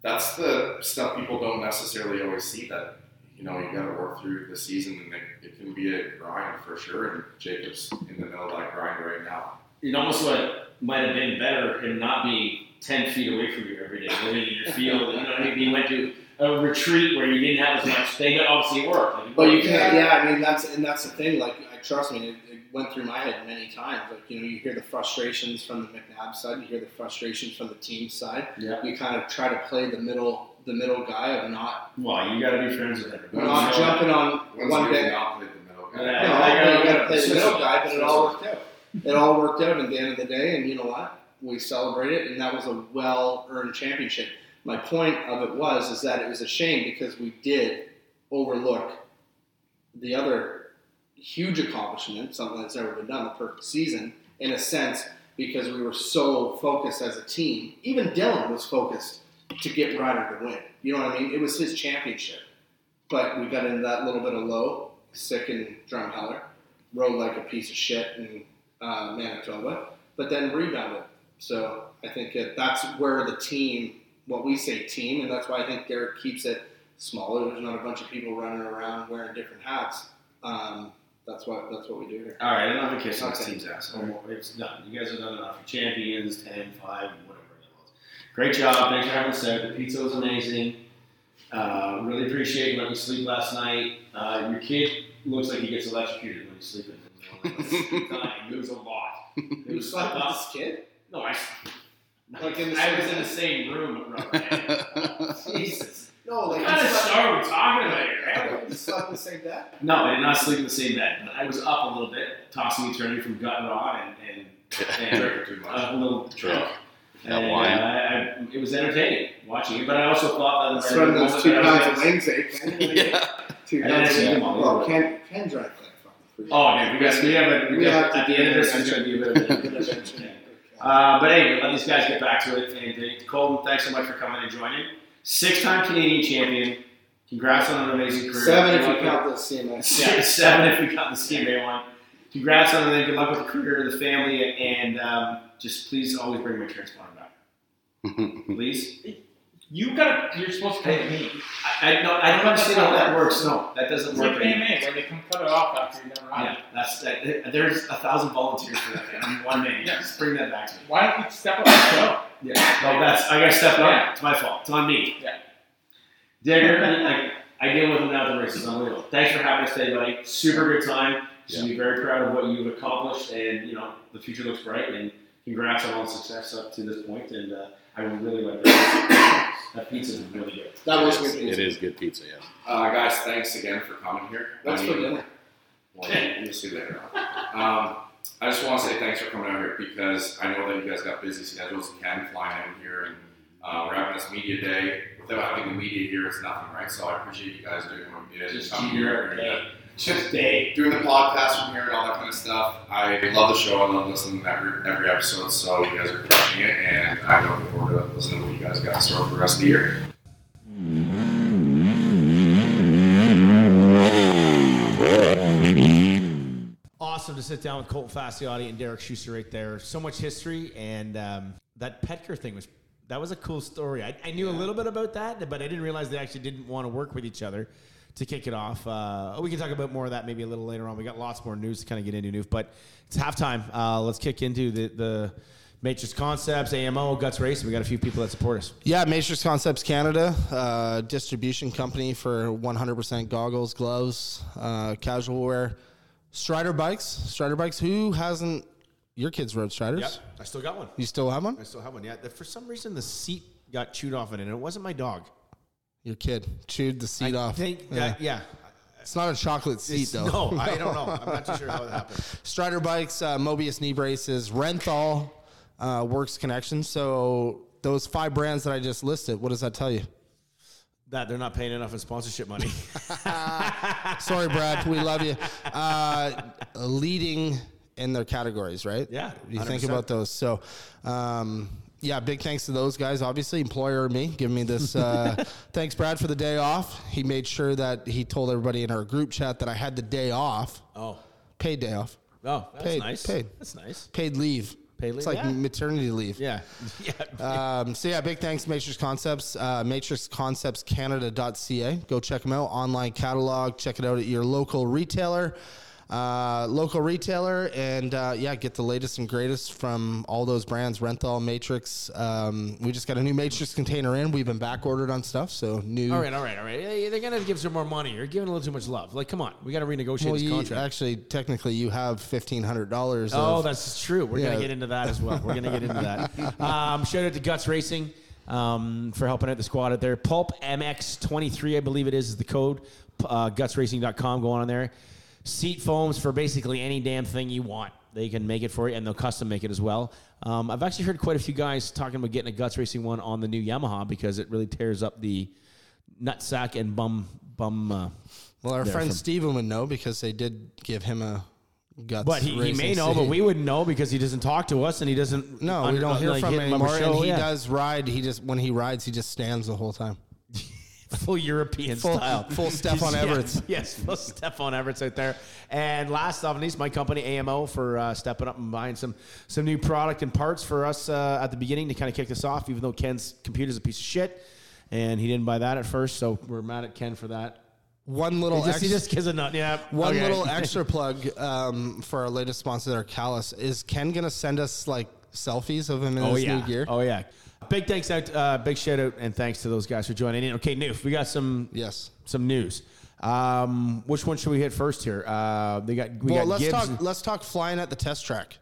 [SPEAKER 8] that's the stuff people don't necessarily always see that, you know, you got to work through the season and it, it can be a grind for sure. And Jacob's in the middle of that grind right now.
[SPEAKER 4] It almost what might have been better him not being ten feet away from you every day, living in your field. You know, maybe he went to a retreat where you didn't have as much. They got obviously work. Like,
[SPEAKER 5] But you can't. Yeah, I mean that's and that's the thing. Like, I trust me, it, it went through my head many times. Like, you know, you hear the frustrations from the McNabb side, you hear the frustrations from the team side.
[SPEAKER 4] Yeah.
[SPEAKER 5] You kind of try to play the middle, the middle guy of not
[SPEAKER 4] Well, you got to be friends with everybody.
[SPEAKER 5] not
[SPEAKER 4] So,
[SPEAKER 5] jumping on
[SPEAKER 8] Once
[SPEAKER 5] one
[SPEAKER 8] you
[SPEAKER 5] guy.
[SPEAKER 8] not put it in the middle,
[SPEAKER 4] Yeah.
[SPEAKER 5] No,
[SPEAKER 4] I gotta-
[SPEAKER 5] you got
[SPEAKER 4] I
[SPEAKER 5] to
[SPEAKER 4] gotta-
[SPEAKER 5] play the middle guy, but it all
[SPEAKER 4] Switch
[SPEAKER 5] worked out. It all worked out at the end of the day, and you know what? We celebrated, and that was a well-earned championship. My point of it was is that it was a shame because we did overlook the other huge accomplishment, something that's never been done, the perfect season, in a sense, because we were so focused as a team. Even Dylan was focused to get Ryder to win. You know what I mean? It was his championship. But we got into that little bit of low, sick and drumheller, rode like a piece of shit in uh, Manitoba, but then rebounded. So I think it, that's where the team, what we say team, and that's why I think Derek keeps it smaller. There's not a bunch of people running around wearing different hats. Um, that's what that's what we do here.
[SPEAKER 4] All right, enough of kissing this
[SPEAKER 5] Okay.
[SPEAKER 4] team's ass. No more. It's done. You guys have done enough. You're champions, 10, 5, whatever it was. Great job. Thanks for having us out. The pizza was amazing. Uh, really appreciate you letting me sleep last night. Uh, your kid looks like he gets electrocuted when he's sleeping. it was a lot. It
[SPEAKER 5] You
[SPEAKER 4] was
[SPEAKER 5] slept with
[SPEAKER 4] uh,
[SPEAKER 5] this kid?
[SPEAKER 4] No, I.
[SPEAKER 5] Like in the
[SPEAKER 4] I was
[SPEAKER 5] same-
[SPEAKER 4] in the same room with Rubberhead. Jesus.
[SPEAKER 5] No, like
[SPEAKER 4] What
[SPEAKER 5] you
[SPEAKER 4] kind of
[SPEAKER 5] slept,
[SPEAKER 4] star are we talking about here? right?
[SPEAKER 5] you slept with the same dad?
[SPEAKER 4] No, I did not sleep in the same bed, but I was up a little bit, tossing and turning from gut and rod and, and, and
[SPEAKER 8] drinking too much.
[SPEAKER 4] a little drunk.
[SPEAKER 6] That
[SPEAKER 4] And,
[SPEAKER 6] wine.
[SPEAKER 4] uh, I, I, it was entertaining watching it, but I also thought that
[SPEAKER 5] That's from
[SPEAKER 4] I
[SPEAKER 5] those two pounds of
[SPEAKER 4] was-
[SPEAKER 5] wings that Ken
[SPEAKER 6] Yeah.
[SPEAKER 5] Two
[SPEAKER 4] I didn't
[SPEAKER 5] pounds of
[SPEAKER 4] see
[SPEAKER 5] wings.
[SPEAKER 4] them all
[SPEAKER 5] Well,
[SPEAKER 4] over.
[SPEAKER 5] Ken, Ken drank that fucking food.
[SPEAKER 4] Oh, dude, we got we have a, we
[SPEAKER 5] We
[SPEAKER 4] got-
[SPEAKER 5] have to-
[SPEAKER 4] at the end of this is going to be a bit of an intervention. thing. Uh, but anyway, let these guys get back to it. And thank- Colton, thanks so much for coming and joining. Six-time Canadian champion. Congrats on an amazing career.
[SPEAKER 5] Seven if you
[SPEAKER 4] Good luck
[SPEAKER 5] count the CMS.
[SPEAKER 4] yeah, seven if we got the scheme they want. Congrats on everything. Good luck with the career, the family, and um, just please always bring my transponder back. Please.
[SPEAKER 9] You got. You're supposed to pay me.
[SPEAKER 4] I, I, no, I don't understand how that works. No, that doesn't
[SPEAKER 9] It's
[SPEAKER 4] work.
[SPEAKER 9] like AMA where they can cut it off after you're done riding.
[SPEAKER 4] Yeah, that's that, There's a thousand volunteers for that. man. I'm one man.
[SPEAKER 9] Yeah.
[SPEAKER 4] Just bring that back to me.
[SPEAKER 9] Why don't you step up and go?
[SPEAKER 4] Yeah. Well, that's I gotta step up.
[SPEAKER 9] Yeah.
[SPEAKER 4] It's my fault. It's on me.
[SPEAKER 9] Yeah.
[SPEAKER 4] Digger, I, I deal with him now at the races. Unbelievable. Thanks for having us today, buddy. Super good time. Should be very proud of what you've accomplished, and you know the future looks bright. And congrats on all the success up to this point. And uh, I would really like that. that pizza is really good.
[SPEAKER 5] That was
[SPEAKER 6] It is-
[SPEAKER 5] good news.
[SPEAKER 6] It is good pizza, yeah.
[SPEAKER 8] Uh, guys, thanks again for coming here.
[SPEAKER 5] That's
[SPEAKER 8] I
[SPEAKER 5] for
[SPEAKER 8] mean,
[SPEAKER 5] dinner.
[SPEAKER 8] Well, we'll see later on. Um, I just want to say thanks for coming out here because I know that you guys got busy schedules and can flying out here and uh, we're having this media day. Without having the media here, it's nothing, right? So I appreciate you guys doing what you did.
[SPEAKER 4] Just
[SPEAKER 8] coming
[SPEAKER 4] keep
[SPEAKER 8] here,
[SPEAKER 4] it
[SPEAKER 8] and, uh,
[SPEAKER 4] up,
[SPEAKER 8] just
[SPEAKER 4] Day.
[SPEAKER 8] doing the podcast from here and all that kind of stuff. I love the show. I love listening to every, every episode. So you guys are crushing it, and I'm looking forward to listening to what you guys got in store for the rest of the year.
[SPEAKER 1] Awesome to sit down with Colt Fasciotti and Derek Schuster right there. So much history, and um, that Petker thing was that was a cool story. I, I knew a little bit about that, but I didn't realize they actually didn't want to work with each other. To kick it off, uh, we can talk about more of that maybe a little later on. We got lots more news to kind of get into, Noof, but it's halftime. Uh, let's kick into the the Matrix Concepts, AMO, Guts Racing. We got a few people that support us.
[SPEAKER 5] Yeah, Matrix Concepts Canada, uh, distribution company for 100% goggles, gloves, uh, casual wear. Strider bikes, Strider bikes. Who hasn't? Your kids rode Striders.
[SPEAKER 1] Yep, I still got one.
[SPEAKER 5] You still have one?
[SPEAKER 1] I still have one. Yeah, for some reason the seat got chewed off it, and it wasn't my dog.
[SPEAKER 5] Your kid chewed the seat
[SPEAKER 1] I
[SPEAKER 5] off.
[SPEAKER 1] think
[SPEAKER 5] yeah.
[SPEAKER 1] that- yeah.
[SPEAKER 5] It's not a chocolate seat
[SPEAKER 1] It's-
[SPEAKER 5] though.
[SPEAKER 1] No, I don't know. I'm not too sure how it happened.
[SPEAKER 5] Strider bikes, uh, Mobius knee braces, Renthal, uh, Works Connection. So those five brands that I just listed, what does that tell you?
[SPEAKER 1] That they're not paying enough in sponsorship money.
[SPEAKER 5] Sorry, Brad, we love you. Uh, leading in their categories, right?
[SPEAKER 1] Yeah,
[SPEAKER 5] You think
[SPEAKER 1] 100%.
[SPEAKER 5] about those. So, um, yeah, big thanks to those guys. Obviously, employer me giving me this. Uh, thanks, Brad, for the day off. He made sure that he told everybody in our group chat that I had the day off,
[SPEAKER 1] oh,
[SPEAKER 5] paid day off,
[SPEAKER 1] oh, that's
[SPEAKER 5] Paid,
[SPEAKER 1] nice.
[SPEAKER 5] paid.
[SPEAKER 1] That's nice.
[SPEAKER 5] paid leave.
[SPEAKER 1] Paid
[SPEAKER 5] It's
[SPEAKER 1] leave,
[SPEAKER 5] like
[SPEAKER 1] yeah.
[SPEAKER 5] maternity leave.
[SPEAKER 1] Yeah, yeah.
[SPEAKER 5] Um, so yeah, big thanks to Matrix Concepts, uh, matrixconceptscanada.ca. Go check them out. Online catalog. Check it out at your local retailer. Uh, local retailer, and uh, yeah, get the latest and greatest from all those brands. Renthal, Matrix. Um, we just got a new Matrix container in. We've been back ordered on stuff, so new.
[SPEAKER 1] all right, all right, all right. Hey, they're gonna give some more money. You're giving a little too much love. Like, come on, we got to renegotiate
[SPEAKER 5] Well,
[SPEAKER 1] this
[SPEAKER 5] you,
[SPEAKER 1] contract.
[SPEAKER 5] actually, technically, you have fifteen hundred dollars.
[SPEAKER 1] Oh, that's true. We're
[SPEAKER 5] Yeah.
[SPEAKER 1] gonna get into that as well. We're gonna get into that. Um, shout out to Guts Racing um, for helping out the squad out there. Pulp MX23, I believe it is, is the code. P- Uh, gutsracing.com. Go on there. Seat foams for basically any damn thing you want. They can make it for you, and they'll custom make it as well. Um, I've actually heard quite a few guys talking about getting a Guts Racing one on the new Yamaha because it really tears up the nutsack and bum bum. Uh,
[SPEAKER 5] well, our
[SPEAKER 1] they're
[SPEAKER 5] friend
[SPEAKER 1] from-
[SPEAKER 5] Steven would know because they did give him a guts.
[SPEAKER 1] But he, he may
[SPEAKER 5] racing
[SPEAKER 1] know, but
[SPEAKER 5] seat.
[SPEAKER 1] we wouldn't know because he doesn't talk to us and he doesn't.
[SPEAKER 5] No,
[SPEAKER 1] under-
[SPEAKER 5] we don't hear
[SPEAKER 1] like,
[SPEAKER 5] from
[SPEAKER 1] hit
[SPEAKER 5] him
[SPEAKER 1] him on the
[SPEAKER 5] anymore.
[SPEAKER 1] show.
[SPEAKER 5] and he
[SPEAKER 1] Yeah.
[SPEAKER 5] does ride. He just when he rides, he just stands the whole time.
[SPEAKER 1] full European
[SPEAKER 5] Full-
[SPEAKER 1] style.
[SPEAKER 5] full Stefan
[SPEAKER 1] Yeah,
[SPEAKER 5] Everts.
[SPEAKER 1] yes, full Stefan Everts out there. And last off, and least, my company AMO for uh, stepping up and buying some some new product and parts for us uh, at the beginning to kind of kick this off. Even though Ken's computer's a piece of shit, and he didn't buy that at first, so we're mad at Ken for that.
[SPEAKER 5] One little
[SPEAKER 1] He just,
[SPEAKER 5] extra,
[SPEAKER 1] he just gives a nut. Yeah,
[SPEAKER 5] one
[SPEAKER 1] okay.
[SPEAKER 5] little extra plug um, for our latest sponsor, there, Callus. Is Ken gonna send us like selfies of him in
[SPEAKER 1] Oh
[SPEAKER 5] his
[SPEAKER 1] yeah.
[SPEAKER 5] new gear?
[SPEAKER 1] Oh yeah. Big thanks out. Uh, big shout out and thanks to those guys for joining in. Okay, Noof, we got some
[SPEAKER 5] Yes.
[SPEAKER 1] some news. Um, which one should we hit first here? Uh, they got we
[SPEAKER 5] Well,
[SPEAKER 1] got
[SPEAKER 5] let's
[SPEAKER 1] Gibbs
[SPEAKER 5] talk. Let's talk flying at the test track.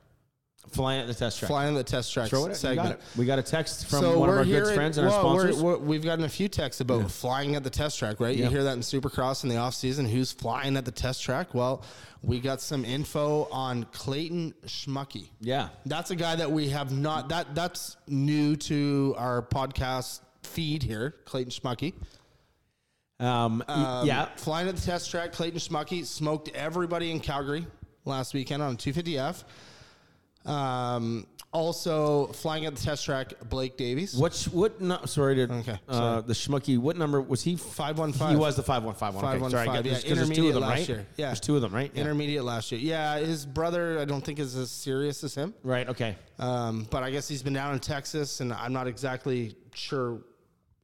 [SPEAKER 1] flying at the test track.
[SPEAKER 5] Flying at the test track
[SPEAKER 1] Throw it. out. You got
[SPEAKER 5] segment.
[SPEAKER 1] it. We got a text from
[SPEAKER 5] so
[SPEAKER 1] one of
[SPEAKER 5] we're
[SPEAKER 1] our
[SPEAKER 5] hearing,
[SPEAKER 1] good friends and our
[SPEAKER 5] well, we're-
[SPEAKER 1] sponsors.
[SPEAKER 5] we're- we've gotten a few texts about flying at the test track, right? You
[SPEAKER 1] Yeah.
[SPEAKER 5] hear that in Supercross in the off season. Who's flying at the test track? Well, we got some info on Clayton Schmucky.
[SPEAKER 1] yeah.
[SPEAKER 5] That's a guy that we have not that that's new to our podcast feed here, Clayton Schmucky.
[SPEAKER 1] Um, y-
[SPEAKER 5] Um,
[SPEAKER 1] yeah.
[SPEAKER 5] Flying at the test track, Clayton Schmucky smoked everybody in Calgary last weekend on 250F. Um, also flying at the test track, Blake Davies.
[SPEAKER 1] What's what? No, sorry to
[SPEAKER 5] Okay,
[SPEAKER 1] uh, the schmucky. What number was he?
[SPEAKER 5] Five one five.
[SPEAKER 1] He was the five one five one.
[SPEAKER 5] Five
[SPEAKER 1] Okay,
[SPEAKER 5] one
[SPEAKER 1] sorry, I
[SPEAKER 5] five.
[SPEAKER 1] got
[SPEAKER 5] Yeah,
[SPEAKER 1] this- 'cause there's two
[SPEAKER 5] intermediate
[SPEAKER 1] of them,
[SPEAKER 5] last
[SPEAKER 1] right?
[SPEAKER 5] year. Yeah,
[SPEAKER 1] there's two of them, right? Yeah.
[SPEAKER 5] Intermediate last year. Yeah, his brother. I don't think is as serious as him.
[SPEAKER 1] Right. Okay.
[SPEAKER 5] Um, but I guess he's been down in Texas, and I'm not exactly sure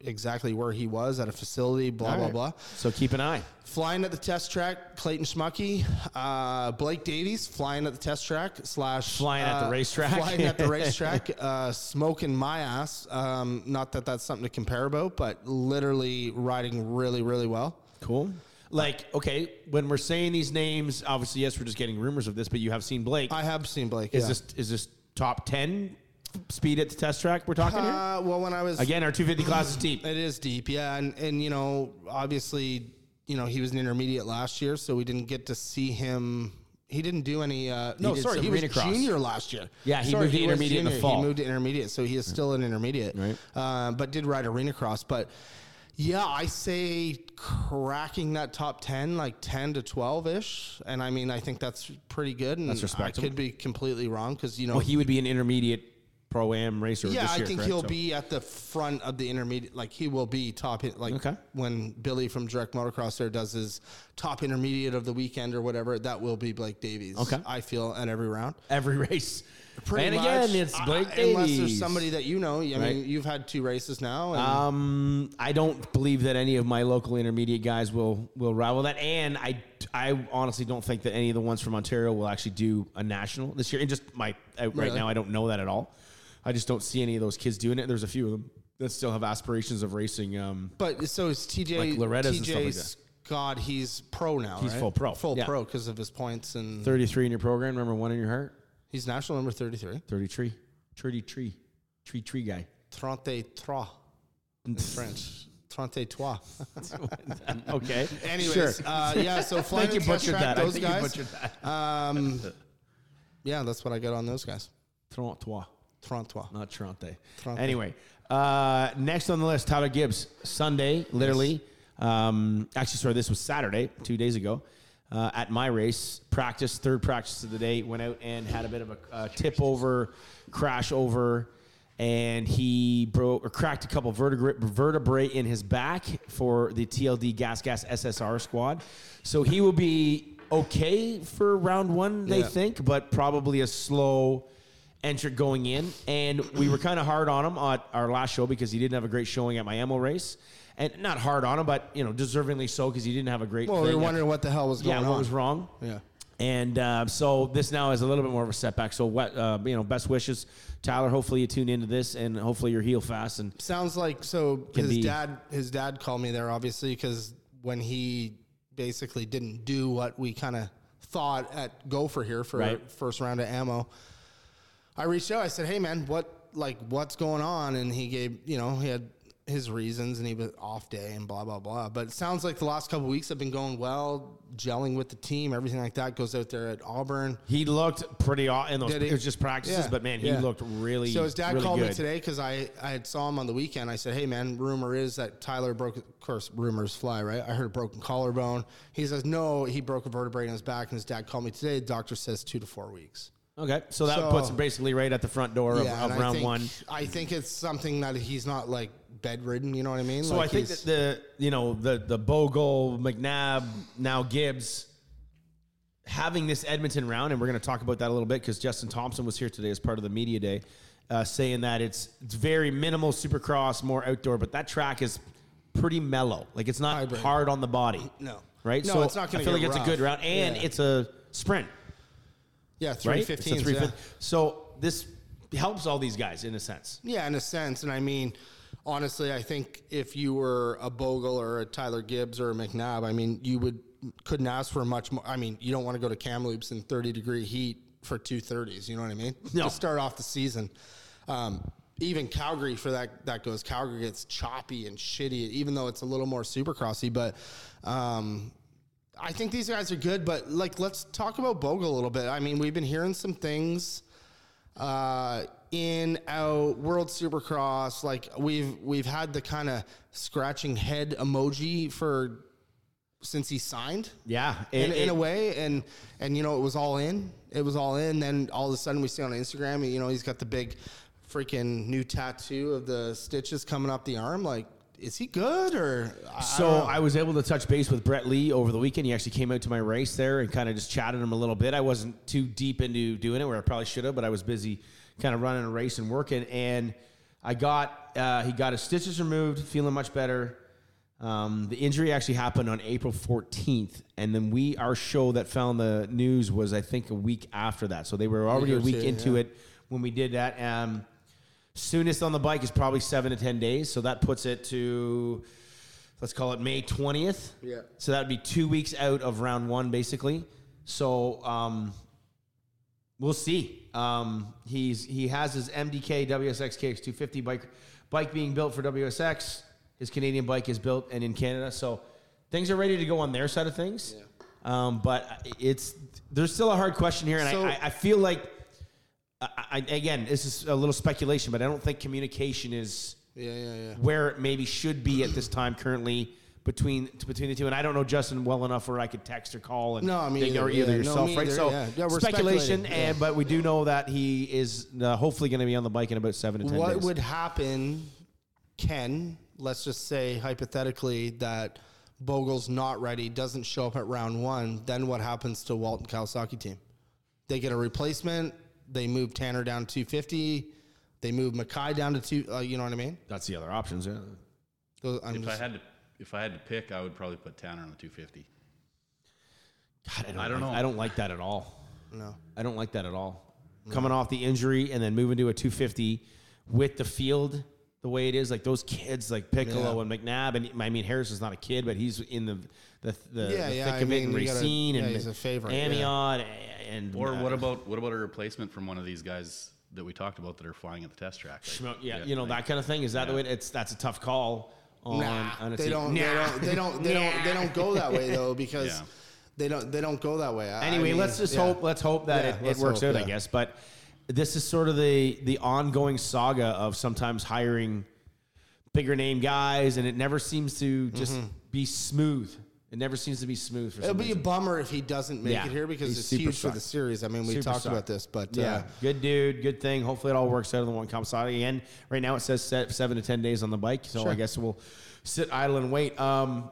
[SPEAKER 5] exactly where he was at a facility. Blah
[SPEAKER 1] All
[SPEAKER 5] blah
[SPEAKER 1] right.
[SPEAKER 5] blah.
[SPEAKER 1] So keep an eye.
[SPEAKER 5] Flying at the test track, Clayton Schmucky, uh, Blake Davies flying at the test track slash
[SPEAKER 1] Flying at the
[SPEAKER 5] uh,
[SPEAKER 1] racetrack.
[SPEAKER 5] flying at the racetrack, uh, smoking my ass. Um, not that that's something to compare about, but literally riding really really well.
[SPEAKER 1] Cool. Like okay, when we're saying these names, obviously yes, we're just getting rumors of this, but you have seen Blake.
[SPEAKER 5] I have seen Blake.
[SPEAKER 1] is
[SPEAKER 5] yeah.
[SPEAKER 1] this is this top ten speed at the test track we're talking here?
[SPEAKER 5] Uh, well, when I was
[SPEAKER 1] Again, our 250 class is deep.
[SPEAKER 5] it is deep, yeah, and and you know, obviously, you know, he was an intermediate last year, so we didn't get to see him. He didn't do any. Uh, no,
[SPEAKER 1] did
[SPEAKER 5] sorry,
[SPEAKER 1] some
[SPEAKER 5] he was
[SPEAKER 1] arena cross.
[SPEAKER 5] junior last year.
[SPEAKER 1] Yeah, he
[SPEAKER 5] Sorry,
[SPEAKER 1] moved to
[SPEAKER 5] was
[SPEAKER 1] intermediate in the
[SPEAKER 5] junior.
[SPEAKER 1] fall.
[SPEAKER 5] He moved to intermediate, so he is still an intermediate,
[SPEAKER 1] Right.
[SPEAKER 5] Uh, but did ride arena cross, but. Yeah, I say cracking that top ten, like ten to twelve ish, and I mean, I think that's pretty good. And
[SPEAKER 1] That's
[SPEAKER 5] I
[SPEAKER 1] respectable.
[SPEAKER 5] could be completely wrong because you know
[SPEAKER 1] Well, he would be an intermediate pro am racer.
[SPEAKER 5] yeah,
[SPEAKER 1] this
[SPEAKER 5] I
[SPEAKER 1] year,
[SPEAKER 5] think
[SPEAKER 1] correct?
[SPEAKER 5] he'll
[SPEAKER 1] So-
[SPEAKER 5] be at the front of the intermediate. Like he will be top. hit- Like
[SPEAKER 1] Okay.
[SPEAKER 5] when Billy from Direct Motocross there does his top intermediate of the weekend or whatever, that will be Blake Davies.
[SPEAKER 1] Okay.
[SPEAKER 5] I feel at every round.
[SPEAKER 1] every race.
[SPEAKER 5] Pretty
[SPEAKER 1] and
[SPEAKER 5] much,
[SPEAKER 1] again, it's
[SPEAKER 5] uh,
[SPEAKER 1] Blake
[SPEAKER 5] Unless there's
[SPEAKER 1] Davies.
[SPEAKER 5] somebody that you know. I mean,
[SPEAKER 1] Right.
[SPEAKER 5] you've had two races now. And
[SPEAKER 1] Um, I don't believe that any of my local intermediate guys will will rival that, and I I honestly don't think that any of the ones from Ontario will actually do a national this year. And just my I, right
[SPEAKER 5] Really?
[SPEAKER 1] now, I don't know that at all. I just don't see any of those kids doing it. There's a few of them that still have aspirations of racing. Um,
[SPEAKER 5] But so is TJ
[SPEAKER 1] Like Loretta's and
[SPEAKER 5] TJ
[SPEAKER 1] stuff like that.
[SPEAKER 5] Scott, he's pro now.
[SPEAKER 1] He's
[SPEAKER 5] right?
[SPEAKER 1] full pro,
[SPEAKER 5] Full
[SPEAKER 1] yeah.
[SPEAKER 5] pro because of his points and
[SPEAKER 1] 33 in your program, remember one in your heart?
[SPEAKER 5] he's national number 33.
[SPEAKER 1] 33. 33. Tree tree guy.
[SPEAKER 5] 33 in French. 33.
[SPEAKER 1] Okay.
[SPEAKER 5] Anyways,
[SPEAKER 1] Sure.
[SPEAKER 5] uh, yeah, so flying
[SPEAKER 1] Thank you
[SPEAKER 5] the test
[SPEAKER 1] butchered
[SPEAKER 5] track,
[SPEAKER 1] that. I
[SPEAKER 5] those
[SPEAKER 1] think you
[SPEAKER 5] guys.
[SPEAKER 1] butchered
[SPEAKER 5] Um, yeah, that's what I got on those guys.
[SPEAKER 1] Trente toi.
[SPEAKER 5] 33.
[SPEAKER 1] Not Trente.
[SPEAKER 5] Trente.
[SPEAKER 1] Anyway, uh, next on the list, Tyler Gibbs. Sunday, literally. Um, actually, sorry, this was Saturday, two days ago. Uh, at my race, practice, third practice of the day, went out and had a bit of a uh, tip over, crash over, and he broke or cracked a couple vertebrae, vertebrae in his back for the TLD Gas Gas SSR squad. So he will be okay for round one, they
[SPEAKER 5] Yeah.
[SPEAKER 1] think, but probably a slow entered going in, and we were kind of hard on him at our last show because he didn't have a great showing at my Emil race, and not hard on him, but you know, deservingly so because he didn't have a great.
[SPEAKER 5] Well, we were
[SPEAKER 1] thing.
[SPEAKER 5] wondering what the hell was going
[SPEAKER 1] yeah,
[SPEAKER 5] on.
[SPEAKER 1] what was wrong?
[SPEAKER 5] Yeah.
[SPEAKER 1] And uh, so this now is a little bit more of a setback. So what, uh, you know, best wishes, Tyler. Hopefully you tune into this, and hopefully you're heal fast. And
[SPEAKER 5] sounds like so
[SPEAKER 1] Can
[SPEAKER 5] his
[SPEAKER 1] be-
[SPEAKER 5] dad his dad called me there obviously because when he basically didn't do what we kind of thought at gopher here for
[SPEAKER 1] Right.
[SPEAKER 5] first round of ammo i reached out i said hey man what like what's going on and he gave you know he had his reasons and he was off day and blah blah blah but it sounds like the last couple weeks have been going well gelling with the team everything like that goes out there at auburn
[SPEAKER 1] he looked pretty aw- in those.
[SPEAKER 5] Did he-
[SPEAKER 1] It was just practices,
[SPEAKER 5] Yeah,
[SPEAKER 1] but man, he
[SPEAKER 5] yeah.
[SPEAKER 1] looked really.
[SPEAKER 5] So his dad
[SPEAKER 1] really
[SPEAKER 5] called me
[SPEAKER 1] good.
[SPEAKER 5] today because I, I had saw him on the weekend. I said, "Hey man, rumor is that Tyler broke. Of course, rumors fly, right? I heard a broken collarbone. He says no, he broke a vertebrae in his back. And his dad called me today. The doctor says two to four weeks.
[SPEAKER 1] Okay, so that
[SPEAKER 5] So-
[SPEAKER 1] puts him basically right at the front door
[SPEAKER 5] Yeah,
[SPEAKER 1] of,
[SPEAKER 5] and
[SPEAKER 1] of
[SPEAKER 5] I
[SPEAKER 1] round
[SPEAKER 5] think-
[SPEAKER 1] one.
[SPEAKER 5] I think it's something that he's not like bedridden. You know what I mean?
[SPEAKER 1] So
[SPEAKER 5] Like,
[SPEAKER 1] I think
[SPEAKER 5] he's-
[SPEAKER 1] that the you know the the Bogle McNabb now Gibbs having this Edmonton round, and we're going to talk about that a little bit because Justin Thompson was here today as part of the media day, uh, saying that it's it's very minimal Supercross, more outdoor, but that track is pretty mellow. Like it's not
[SPEAKER 5] Hybrid.
[SPEAKER 1] hard on the body.
[SPEAKER 5] No.
[SPEAKER 1] right?
[SPEAKER 5] No,
[SPEAKER 1] so
[SPEAKER 5] it's not gonna
[SPEAKER 1] I feel
[SPEAKER 5] get
[SPEAKER 1] like it's a good
[SPEAKER 5] rough.
[SPEAKER 1] round, and
[SPEAKER 5] Yeah.
[SPEAKER 1] it's a sprint
[SPEAKER 5] yeah,
[SPEAKER 1] right?
[SPEAKER 5] three
[SPEAKER 1] It's a
[SPEAKER 5] fifteen.
[SPEAKER 1] 350. So this helps all these guys in a sense.
[SPEAKER 5] Yeah, in a sense. And I mean, honestly, I think if you were a Bogle or a Tyler Gibbs or a McNabb, I mean, you would couldn't ask for much more. I mean, you don't want to go to Kamloops in 30 degree heat for 230s. You know what I mean?
[SPEAKER 1] No.
[SPEAKER 5] To start off the season. Um, even Calgary for that that goes. Calgary gets choppy and shitty, even though it's a little more supercrossy. But um, I think these guys are good. But like, let's talk about Bogle a little bit. I mean, we've been hearing some things uh, in our World Supercross. Like we've we've had the kind of scratching head emoji for since he signed.
[SPEAKER 1] Yeah,
[SPEAKER 5] In,
[SPEAKER 1] it-
[SPEAKER 5] in
[SPEAKER 1] it-
[SPEAKER 5] a way, and and you know it was all in. It was all in. Then all of a sudden we see on Instagram, you know, he's got the big freaking new tattoo of the stitches coming up the arm. Like, is he good or? I- I
[SPEAKER 1] So
[SPEAKER 5] don't know.
[SPEAKER 1] I, was able to touch base with Brett Lee over the weekend. He actually came out to my race there and kind of just chatted him a little bit. I wasn't too deep into doing it where I probably should have, but I was busy kind of running a race and working. And I got uh, he got his stitches removed, feeling much better. Um, the injury actually happened on April 14th, and then we our show that found the news was I think a week after that. So they were already a
[SPEAKER 5] or
[SPEAKER 1] week
[SPEAKER 5] two,
[SPEAKER 1] into
[SPEAKER 5] yeah.
[SPEAKER 1] it when we did that. Um, soonest on the bike is probably seven to ten days, so that puts it to let's call it May 20th.
[SPEAKER 5] Yeah.
[SPEAKER 1] So that would be two weeks out of round one, basically. So um, we'll see. Um, he's he has his MDK WSX KX250 bike bike being built for WSX. His Canadian bike is built and in Canada, so things are ready to go on their side of things. Um, but it's there's still a hard question here, and
[SPEAKER 5] So-
[SPEAKER 1] I, I, I feel like I, I, again this is a little speculation, but I don't think communication is
[SPEAKER 5] yeah, yeah, yeah.
[SPEAKER 1] where it maybe should be at this time currently between between the two. And I don't know Justin well enough where I could text or call and
[SPEAKER 5] No, me
[SPEAKER 1] they- or
[SPEAKER 5] either.
[SPEAKER 1] either
[SPEAKER 5] Yeah, no,
[SPEAKER 1] yourself,
[SPEAKER 5] me
[SPEAKER 1] right?
[SPEAKER 5] either.
[SPEAKER 1] So
[SPEAKER 5] Yeah. Yeah, we're
[SPEAKER 1] speculation,
[SPEAKER 5] speculating.
[SPEAKER 1] and
[SPEAKER 5] Yeah.
[SPEAKER 1] but we do know that he is uh, hopefully going to be on the bike in about seven to ten
[SPEAKER 5] what
[SPEAKER 1] days.
[SPEAKER 5] would happen ken let's just say hypothetically that bogle's not ready doesn't show up at round one then what happens to walton kawasaki team they get a replacement they move tanner down to 250 they move Mackay down to two uh, you know what i mean
[SPEAKER 1] That's the other options. Yeah.
[SPEAKER 5] Those- I'm
[SPEAKER 6] If I
[SPEAKER 5] just-
[SPEAKER 6] had to, if I had to pick, I would probably put Tanner on the 250.
[SPEAKER 1] God, I don't,
[SPEAKER 6] I
[SPEAKER 1] like-
[SPEAKER 6] don't know.
[SPEAKER 1] I don't like that at all.
[SPEAKER 5] no
[SPEAKER 1] I don't like that at all. coming off the injury and then moving to a 250 with the field the way it is. Like those kids, like Piccolo and McNabb, and I mean Harris is not a kid, but he's in the the, the,
[SPEAKER 5] Yeah,
[SPEAKER 1] the
[SPEAKER 5] yeah,
[SPEAKER 1] thick
[SPEAKER 5] I
[SPEAKER 1] of it.
[SPEAKER 5] mean,
[SPEAKER 1] And
[SPEAKER 5] you gotta-
[SPEAKER 1] Racine
[SPEAKER 5] yeah,
[SPEAKER 1] and
[SPEAKER 5] he's a favorite, yeah.
[SPEAKER 1] Amiot and
[SPEAKER 6] Or
[SPEAKER 1] uh,
[SPEAKER 6] what about what about a replacement from one of these guys that we talked about that are flying at the test track? Like,
[SPEAKER 1] Schmo- yeah, you know that kind of thing. Is that the way? It's that's a tough call. On, on a
[SPEAKER 5] they
[SPEAKER 1] team.
[SPEAKER 5] don't, they
[SPEAKER 1] Nah.
[SPEAKER 5] don't. They don't. They don't. They don't go that way though because
[SPEAKER 6] Yeah.
[SPEAKER 5] they don't. They don't go that way. I- I
[SPEAKER 1] anyway,
[SPEAKER 5] mean,
[SPEAKER 1] let's just
[SPEAKER 5] yeah.
[SPEAKER 1] hope. Let's hope that
[SPEAKER 5] Yeah,
[SPEAKER 1] it- it,
[SPEAKER 5] let's
[SPEAKER 1] works
[SPEAKER 5] hope,
[SPEAKER 1] out. I
[SPEAKER 5] yeah.
[SPEAKER 1] guess, but this is sort of the the ongoing saga of sometimes hiring bigger name guys, and it never seems to just be smooth. It never seems to be smooth for
[SPEAKER 5] Mm-hmm. It'll
[SPEAKER 1] some
[SPEAKER 5] be a
[SPEAKER 1] reason.
[SPEAKER 5] bummer if he doesn't make
[SPEAKER 1] Yeah,
[SPEAKER 5] it here because
[SPEAKER 1] he's
[SPEAKER 5] it's
[SPEAKER 1] super
[SPEAKER 5] huge for
[SPEAKER 1] stuck.
[SPEAKER 5] the series. I mean, we
[SPEAKER 1] Super
[SPEAKER 5] talked
[SPEAKER 1] stuck.
[SPEAKER 5] about this, but
[SPEAKER 1] yeah,
[SPEAKER 5] uh,
[SPEAKER 1] good dude, good thing. Hopefully, it all works out in the one comp side again. Right now, it says se- seven to ten days on the bike, so I guess we'll sit idle and wait. Um,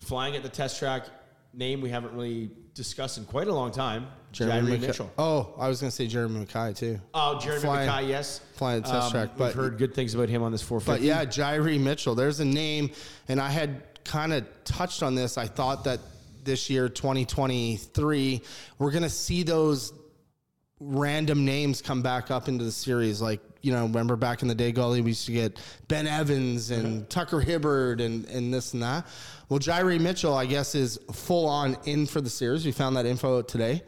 [SPEAKER 1] flying at the test track name we haven't really discussed in quite a long time. Jeremy,
[SPEAKER 5] Mc-
[SPEAKER 1] Mitchell.
[SPEAKER 5] Oh, I was going to say Jeremy Mackay too.
[SPEAKER 1] Oh, Jeremy
[SPEAKER 5] Flying-
[SPEAKER 1] Mackay, yes. Um,
[SPEAKER 5] flying at test track,
[SPEAKER 1] we've
[SPEAKER 5] but-
[SPEAKER 1] heard good things about him on this 450.
[SPEAKER 5] But yeah, Jairi Mitchell. There's a name, and I had kind of touched on this. I thought that this year, 2023, we're gonna see those random names come back up into the series. Like you know, remember back in the day, Gully, we used to get Ben Evans and Tucker Hibbard and and this and that. Well, Jairi Mitchell, I guess, is full on in for the series. We found that info out today.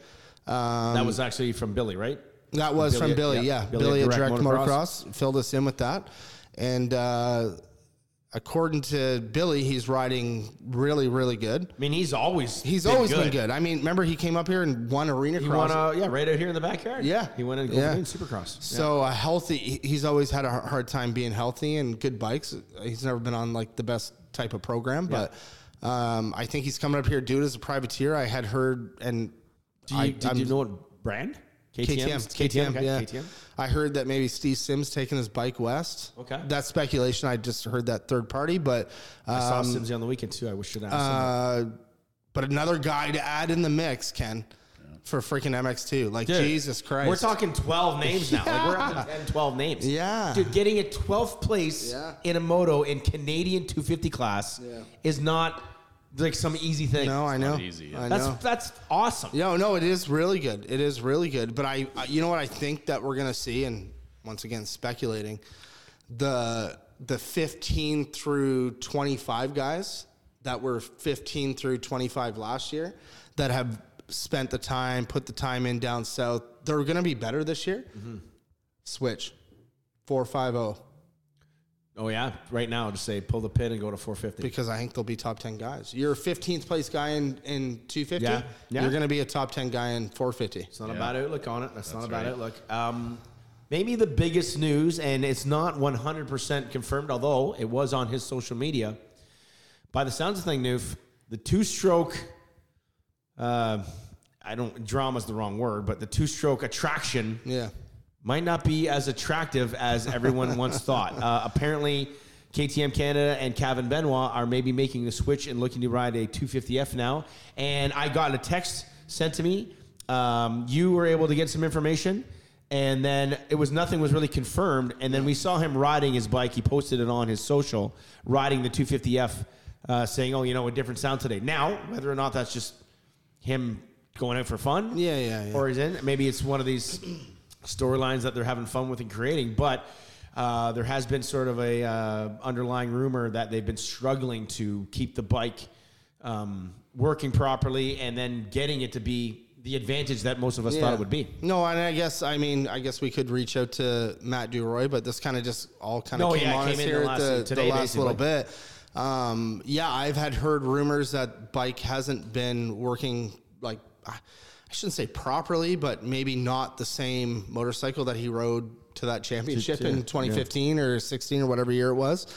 [SPEAKER 5] Um,
[SPEAKER 1] that was actually from Billy, right?
[SPEAKER 5] that was
[SPEAKER 1] Billy
[SPEAKER 5] from
[SPEAKER 1] at-
[SPEAKER 5] Billy,
[SPEAKER 1] yeah,
[SPEAKER 5] yeah.
[SPEAKER 1] Billy
[SPEAKER 5] Billy,
[SPEAKER 1] at
[SPEAKER 5] at
[SPEAKER 1] Direct
[SPEAKER 5] Direct,
[SPEAKER 1] Motocross.
[SPEAKER 5] Motocross. filled us in with that. And uh, according to Billy, he's riding really, really good.
[SPEAKER 1] I mean, he's always
[SPEAKER 5] He's always been good. I mean, remember he came up here and won arena
[SPEAKER 1] He
[SPEAKER 5] cross.
[SPEAKER 1] won, uh, yeah, right out here in the backyard.
[SPEAKER 5] Yeah.
[SPEAKER 1] he went in
[SPEAKER 5] Yeah.
[SPEAKER 1] in Supercross.
[SPEAKER 5] so uh, healthy, he- he's always had a har- hard time being healthy and good bikes. He's never been on like the best type of program, but um, I think he's coming up here, dude, as a privateer. I had heard and
[SPEAKER 1] Do you,
[SPEAKER 5] I,
[SPEAKER 1] did
[SPEAKER 5] I'm-
[SPEAKER 1] you know what brand?
[SPEAKER 5] KTM,
[SPEAKER 1] KTM,
[SPEAKER 5] KTM,
[SPEAKER 1] okay,
[SPEAKER 5] yeah.
[SPEAKER 1] KTM.
[SPEAKER 5] I heard that maybe Steve Sims taking his bike west.
[SPEAKER 1] Okay.
[SPEAKER 5] that's speculation. I just heard that third party, but
[SPEAKER 1] I saw
[SPEAKER 5] um,
[SPEAKER 1] Simsy on the weekend too. I wish you'd asked him.
[SPEAKER 5] uh, but another guy to add in the mix, Ken, for freaking MX2. Like
[SPEAKER 1] Dude,
[SPEAKER 5] Jesus Christ,
[SPEAKER 1] We're talking 12 names now. Like we're up to 10, 12 names.
[SPEAKER 5] Yeah.
[SPEAKER 1] Dude, getting a 12th place
[SPEAKER 5] Yeah.
[SPEAKER 1] in a moto in Canadian 250 class is not like some easy thing.
[SPEAKER 5] No, I know.
[SPEAKER 6] easy, yeah.
[SPEAKER 5] I
[SPEAKER 1] that's
[SPEAKER 5] know.
[SPEAKER 1] that's awesome.
[SPEAKER 5] No, no, it is really good. It is really good. But I, I you know what I think that we're gonna see, and once again speculating, the the 15 through 25 guys that were 15 through 25 last year that have spent the time, put the time in down south, they're gonna be better this year.
[SPEAKER 1] Mm-hmm.
[SPEAKER 5] Switch four five zero
[SPEAKER 1] Oh yeah, right now just say pull the pin and go to 450.
[SPEAKER 5] because I think they'll be top 10 guys. You're a 15th place guy in in 250.
[SPEAKER 1] Yeah. Yeah.
[SPEAKER 5] You're gonna be a top 10 guy in 450.
[SPEAKER 1] It's not a bad outlook on it. That's, not a bad outlook. Um, maybe the biggest news, and it's not 100% confirmed, although it was on his social media. By the sounds of thing, Noof, the two-stroke, uh, I don't drama's the wrong word, but the two-stroke attraction
[SPEAKER 5] Yeah.
[SPEAKER 1] might not be as attractive as everyone once thought. Uh, apparently, KTM Canada and Kevin Benoit are maybe making the switch and looking to ride a 250F now. And I got a text sent to me. Um, you were able to get some information, and then it was nothing was really confirmed. And then we saw him riding his bike. He posted it on his social, riding the 250F, uh, saying, "Oh, you know, a different sound today." Now, whether or not that's just him going out for fun,
[SPEAKER 5] Yeah, yeah, yeah.
[SPEAKER 1] or he's in. Maybe it's one of these storylines that they're having fun with and creating. But uh, there has been sort of a uh, underlying rumor that they've been struggling to keep the bike um, working properly and then getting it to be the advantage that most of us thought
[SPEAKER 5] Yeah.
[SPEAKER 1] it would be.
[SPEAKER 5] No, and I guess I mean I guess we could reach out to Matt Duroy, but this kind of just all kind of
[SPEAKER 1] No,
[SPEAKER 5] came
[SPEAKER 1] yeah, it
[SPEAKER 5] on
[SPEAKER 1] came
[SPEAKER 5] us
[SPEAKER 1] in the
[SPEAKER 5] here
[SPEAKER 1] last-
[SPEAKER 5] at the,
[SPEAKER 1] today,
[SPEAKER 5] the last little
[SPEAKER 1] basically.
[SPEAKER 5] bit. Um, yeah, I've had heard rumors that bike hasn't been working like I shouldn't say properly, but maybe not the same motorcycle that he rode to that championship in 2015 or 16 or whatever year it was.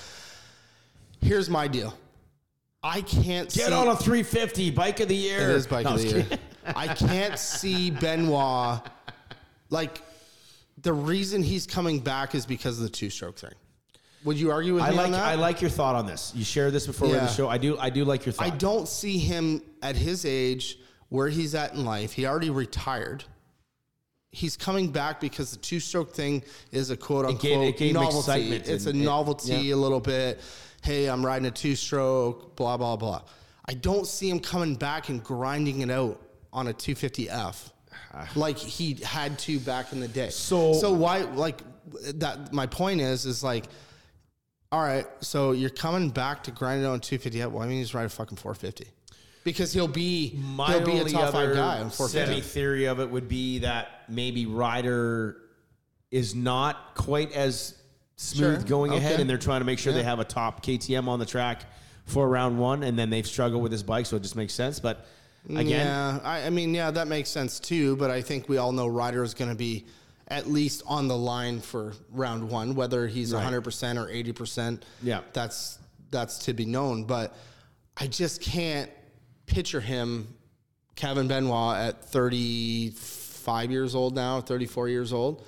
[SPEAKER 5] Here's my deal. I can't
[SPEAKER 1] Get
[SPEAKER 5] see-
[SPEAKER 1] on a 350 bike of the year.
[SPEAKER 5] it is bike
[SPEAKER 1] No,
[SPEAKER 5] of
[SPEAKER 1] I'm
[SPEAKER 5] the
[SPEAKER 1] just
[SPEAKER 5] year.
[SPEAKER 1] kidding.
[SPEAKER 5] I can't see Benoit. Like the reason he's coming back is because of the two stroke thing. Would you argue with
[SPEAKER 1] I
[SPEAKER 5] me on
[SPEAKER 1] like
[SPEAKER 5] that?
[SPEAKER 1] I like your thought on this. You shared this before we did
[SPEAKER 5] Yeah.
[SPEAKER 1] the show. I do I do like your thought.
[SPEAKER 5] I don't see him at his age where he's at in life. He already retired. He's coming back because the two stroke thing is a quote unquote
[SPEAKER 1] gave- it gave him
[SPEAKER 5] novelty.
[SPEAKER 1] excitement
[SPEAKER 5] It's
[SPEAKER 1] and
[SPEAKER 5] a
[SPEAKER 1] it-
[SPEAKER 5] novelty
[SPEAKER 1] yeah.
[SPEAKER 5] a little bit. Hey, I'm riding a two stroke, blah, blah, blah. I don't see him coming back and grinding it out on a 250F like he had to back in the day.
[SPEAKER 1] Ah. So-
[SPEAKER 5] so why like that? My point is is like, all right, so you're coming back to grind it on 250. Well, I mean, he's right at fucking 450 because he'll be
[SPEAKER 1] My
[SPEAKER 5] he'll be a
[SPEAKER 1] only
[SPEAKER 5] top five
[SPEAKER 1] other
[SPEAKER 5] guy on 450.
[SPEAKER 1] semi theory of it would be that maybe Ryder is not quite as smooth
[SPEAKER 5] Sure.
[SPEAKER 1] going ahead,
[SPEAKER 5] Okay.
[SPEAKER 1] and they're trying to make sure they
[SPEAKER 5] Yeah.
[SPEAKER 1] have a top KTM on the track for round one, and then they've struggled with this bike, so it just makes sense. But again,
[SPEAKER 5] Yeah, I, I mean, yeah, that makes sense too. But I think we all know Ryder is going to be at least on the line for round one, whether he's
[SPEAKER 1] Right.
[SPEAKER 5] 100 percent or 80 percent.
[SPEAKER 1] Yeah.
[SPEAKER 5] that's that's to be known. But I just can't picture him, Kevin Benoit, at 35 years old now, 34 years old.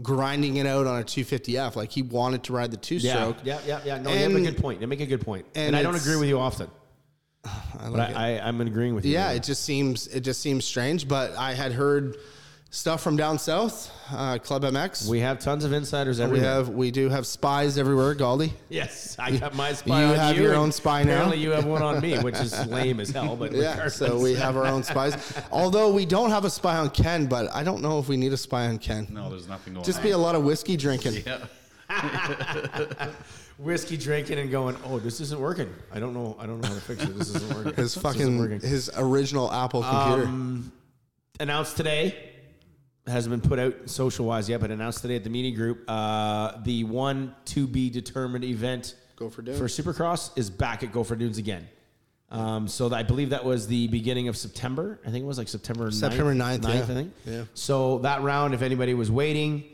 [SPEAKER 5] Grinding it out on a 250F, like he wanted to ride the two
[SPEAKER 1] yeah,
[SPEAKER 5] stroke.
[SPEAKER 1] yeah, yeah, yeah. No, you have a
[SPEAKER 5] And-
[SPEAKER 1] good point. You make a good point, and,
[SPEAKER 5] and
[SPEAKER 1] I don't
[SPEAKER 5] it's-
[SPEAKER 1] agree with you often,
[SPEAKER 5] I like
[SPEAKER 1] but
[SPEAKER 5] it.
[SPEAKER 1] I, I, I'm agreeing with you.
[SPEAKER 5] yeah, it just seems it just seems strange. But I had heard stuff from down south, uh, Club MX.
[SPEAKER 1] we have tons of insiders
[SPEAKER 5] We
[SPEAKER 1] everywhere.
[SPEAKER 5] have we do have spies everywhere, Galdi.
[SPEAKER 1] Yes, I got my spy.
[SPEAKER 5] You
[SPEAKER 1] on
[SPEAKER 5] have
[SPEAKER 1] you
[SPEAKER 5] your
[SPEAKER 1] and
[SPEAKER 5] own spy now.
[SPEAKER 1] Apparently, you have one on me, which is lame as hell. But
[SPEAKER 5] Yeah, so we
[SPEAKER 1] regardless.
[SPEAKER 5] have our own spies. Although we don't have a spy on Ken, but I don't know if we need a spy on Ken.
[SPEAKER 13] No, there's nothing going
[SPEAKER 5] Just
[SPEAKER 13] on.
[SPEAKER 5] be a lot of whiskey drinking.
[SPEAKER 13] yeah.
[SPEAKER 1] whiskey drinking and going, "Oh, this isn't working. I don't know. I don't know how to fix it. This isn't working."
[SPEAKER 5] His
[SPEAKER 1] This
[SPEAKER 5] fucking
[SPEAKER 1] isn't working.
[SPEAKER 5] his original Apple computer.
[SPEAKER 1] Um, announced today hasn't been put out social wise yet, but announced today at the meeting group. Uh, the one to be determined event
[SPEAKER 5] Go for Dunes.
[SPEAKER 1] for Supercross is back at Go for Dunes again. Um, so I believe that was the beginning of September. I think it was like September 9th,
[SPEAKER 5] September 9th, yeah.
[SPEAKER 1] I think.
[SPEAKER 5] Yeah.
[SPEAKER 1] So that round, if anybody was waiting,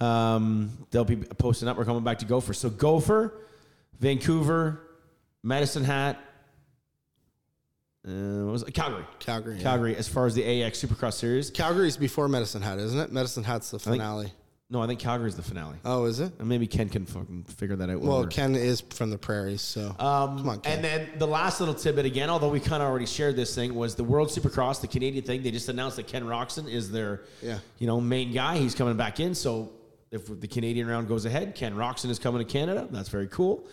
[SPEAKER 1] um, they'll be posting up. We're coming back to Gopher. So Gopher, Vancouver, Medicine Hat, uh, what was it? Calgary.
[SPEAKER 5] Calgary, yeah.
[SPEAKER 1] Calgary, as far as the AX Supercross Series.
[SPEAKER 5] Calgary's before Medicine Hat, isn't it? Medicine Hat's the
[SPEAKER 1] think-
[SPEAKER 5] finale.
[SPEAKER 1] No, I think Calgary's the finale.
[SPEAKER 5] Oh, is it?
[SPEAKER 1] And maybe Ken can fucking figure that out. when
[SPEAKER 5] Well,
[SPEAKER 1] we're-
[SPEAKER 5] Ken is from the prairies, so
[SPEAKER 1] Um,
[SPEAKER 5] come on, Ken.
[SPEAKER 1] And then the last little tidbit again, although we kind of already shared this thing, was the World Supercross, the Canadian thing. They just announced that Ken Roxon is their,
[SPEAKER 5] Yeah.
[SPEAKER 1] you know, main guy. He's coming back in. So if the Canadian round goes ahead, Ken Roxon is coming to Canada. That's very cool.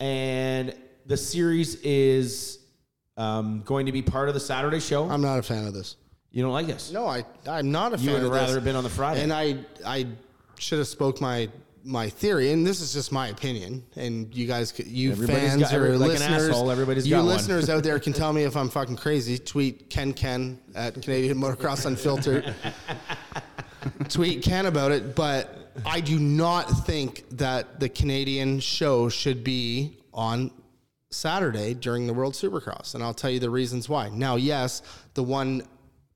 [SPEAKER 1] And the series is um, going to be part of the Saturday show.
[SPEAKER 5] I'm not a fan of this.
[SPEAKER 1] you don't like this?
[SPEAKER 5] No, I I'm not a
[SPEAKER 1] You
[SPEAKER 5] fan.
[SPEAKER 1] would
[SPEAKER 5] of
[SPEAKER 1] rather
[SPEAKER 5] this.
[SPEAKER 1] have been on the Friday.
[SPEAKER 5] and I I should have spoke my my theory, and this is just my opinion. And you guys, c- you
[SPEAKER 1] Everybody's
[SPEAKER 5] fans
[SPEAKER 1] got-
[SPEAKER 5] or
[SPEAKER 1] every- like an
[SPEAKER 5] listeners,
[SPEAKER 1] asshole, everybody's
[SPEAKER 5] you
[SPEAKER 1] got one.
[SPEAKER 5] listeners out there can tell me if I'm fucking crazy. Tweet Ken Ken at Canadian Motocross Unfiltered. Tweet Ken about it, but I do not think that the Canadian show should be on Saturday during the World Supercross, and I'll tell you the reasons why. Now, yes, the one